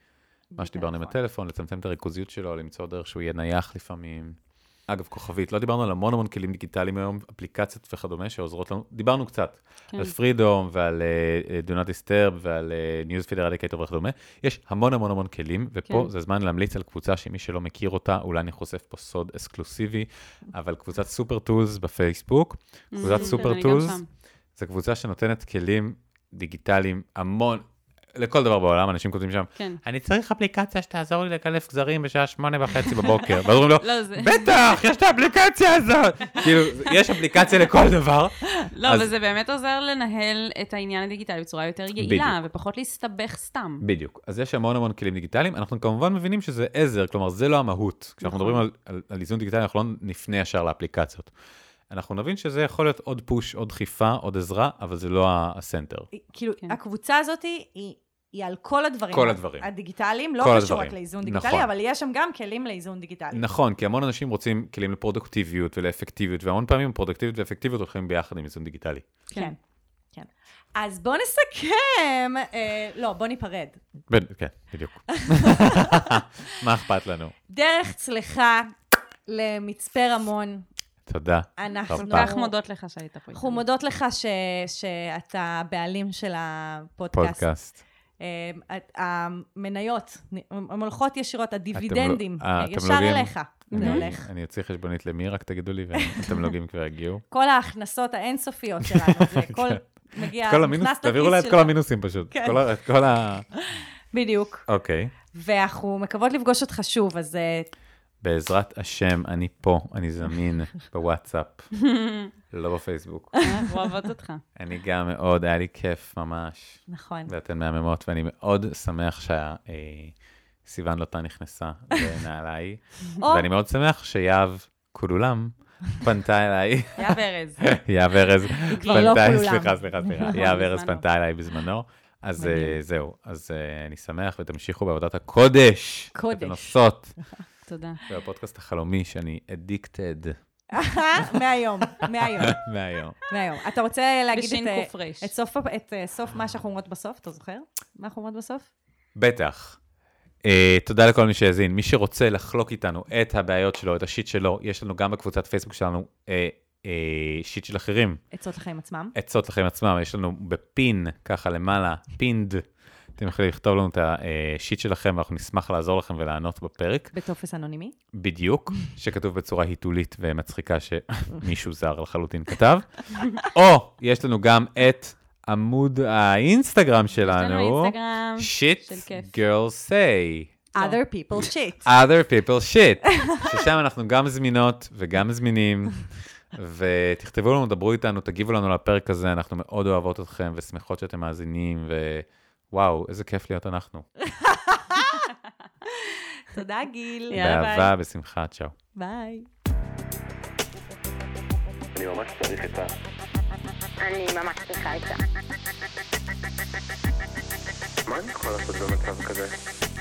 מה שדיברנו עם
נכון.
הטלפון, לצמצם את הריכוזיות שלו, למצוא דרך שהוא יהיה נייח לפעמים. אגב, כוכבית, לא דיברנו על המון המון כלים דיגיטליים היום, אפליקציות וכדומה שעוזרות לנו, דיברנו קצת
כן.
על פרידום ועל אה, אה, Do Not Disturb ועל אה, Newsfeed Eradicator וכדומה. יש המון המון המון כלים, ופה
כן.
זה זמן להמליץ על קבוצה שמי שלא מכיר אותה, אולי אני חושף פה סוד אקסקלוסיבי, אבל קבוצת סופר טולס בפייסבוק, קבוצת
Mhm.
סופר
אני גם
טולס,
שם.
זו קבוצה שנותנת כלים דיגיטליים, המון, לכל דבר בעולם, אנשים כותבים שם, [laughs]
כן.
אני צריך אפליקציה שתעזור לי לקלף גזרים בשעה שמונה וחצי בבוקר. ואז אומרים לו,
לא, זה...
בטח, יש את האפליקציה הזאת. כאילו, יש אפליקציה לכל דבר.
[laughs] לא,
אז-
וזה באמת עוזר לנהל את העניין הדיגיטלי בצורה יותר יעילה, ופחות להסתבך סתם.
בדיוק. אז יש המון המון כלים דיגיטליים, אנחנו כמובן מבינים שזה עזר, כלומר, זה לא המהות. כשאנחנו
נכון.
מדברים על- על- על איזון דיגיטלי, אנחנו לא נפנה ישר לאפליקציות. אנחנו נבין שזה יכול להיות עוד פוש, עוד דחיפה, עוד עזרה, אבל זה לא ה- הסנטר.
כאילו,
כן.
הקבוצה הזאת היא... היא על כל הדברים,
כל הדברים.
הדיגיטליים, לא
כל
קשור
הדברים.
רק לאיזון דיגיטלי,
נכון.
אבל יש שם גם כלים לאיזון דיגיטלי.
נכון, כי המון אנשים רוצים כלים לפרודוקטיביות ולאפקטיביות, והמון פעמים פרודוקטיביות ואפקטיביות הולכים ביחד עם איזון דיגיטלי.
כן. כן. אז בואו נסכם, אה, לא, בואו ניפרד.
ב- כן,
[laughs]
בדיוק. [laughs] מה אכפת לנו?
דרך צלחה למצפה רמון.
תודה.
אנחנו-
רבה.
כך מודות לך שהיית פה.
אנחנו מודות לך ש, שאתה הבעלים של הפודקאסט.
פודקאסט.
אה, הת- המניות, הן הולכות ישירות, הדיבידנדים,
אה,
אה, ישר
התמלוגים.
אליך. זה
אני-
הולך.
אני אוציא חשבונית למי, רק תגידו
[laughs]
לי, והתמלוגים כבר יגיעו.
כל ההכנסות האינסופיות שלנו,
[laughs]
זה כל מגיע,
כן. את כל המינוס,
כן, נכנס
תעבירו
לכיס
לה את כל
שלה.
המינוסים פשוט.
כן.
כל ה- את כל ה...
בדיוק.
אוקיי.
ואנחנו מקוות לפגוש אותך שוב, אז אה,
בעזרת השם, אני פה, אני זמין
[laughs]
בוואטסאפ, לא בפייסבוק.
אנחנו [laughs] אוהבות אותך.
אני גם מאוד, היה לי כיף ממש.
נכון.
ואתן מהממות, ואני מאוד שמח שסיוון לוטה נכנסה לנעליי,
או,
ואני מאוד שמח שיהב כולולם פנתה
[laughs]
אליי,
היה ברז.
יהב ארז
כבר לא
פנתה,
כולולם.
סליחה, סליחה,
[laughs]
סליחה,
נכון,
יהב ארז
בזמנו.
פנתה אליי בזמנו. אז אה,
מדהים.
זהו, אז אה, אני שמח, ותמשיכו בעבודת הקודש.
קודש.
שאתן עושות, [laughs]
תודה.
והפודקאסט החלומי שאני אדיקטד
[laughs] מהיום, מהיום,
מהיום.
מהיום. אתה רוצה להגיד את,
בשין
אה,
קוף ריש.
את סוף, הפ- את אה, סוף מה שאנחנו אומרות בסוף, אתה זוכר? מה אנחנו אומרות בסוף?
בטח. Uh, תודה לכל מי שהאזין. מי שרוצה לחלוק איתנו את הבעיות שלו, את השיט שלו, יש לנו גם בקבוצת פייסבוק שלנו uh, uh, שיט של אחרים,
עצות לחיים עצמם.
עצות לחיים עצמם, יש לנו בפין, ככה למעלה, פינד. אתם יכולים לכתוב לנו את השיט שלכם, ואנחנו נשמח לעזור לכם ולענות בפרק,
בטופס אנונימי.
בדיוק, שכתוב בצורה היתולית ומצחיקה שמישהו זר לחלוטין כתב. או, יש לנו גם את עמוד האינסטגרם
יש
שלנו.
לנו אינסטגרם.
shit
של כיף.
girls say,
other people shit.
other people
[laughs]
shit, ששם אנחנו גם זמינות וגם זמינים, ותכתבו לנו, דברו איתנו, תגיבו לנו לפרק הזה, אנחנו מאוד אוהבות אתכם ושמחות שאתם מאזינים, ווואו, איזה כיף להיות אנחנו.
תודה, גיל.
יאללה, ביי.
באהבה, בשמחה, צ'או.
ביי.
אני ממש צריך את ה...
אני ממש צריכה את זה.
מה אני יכול לעשות במצב כזה?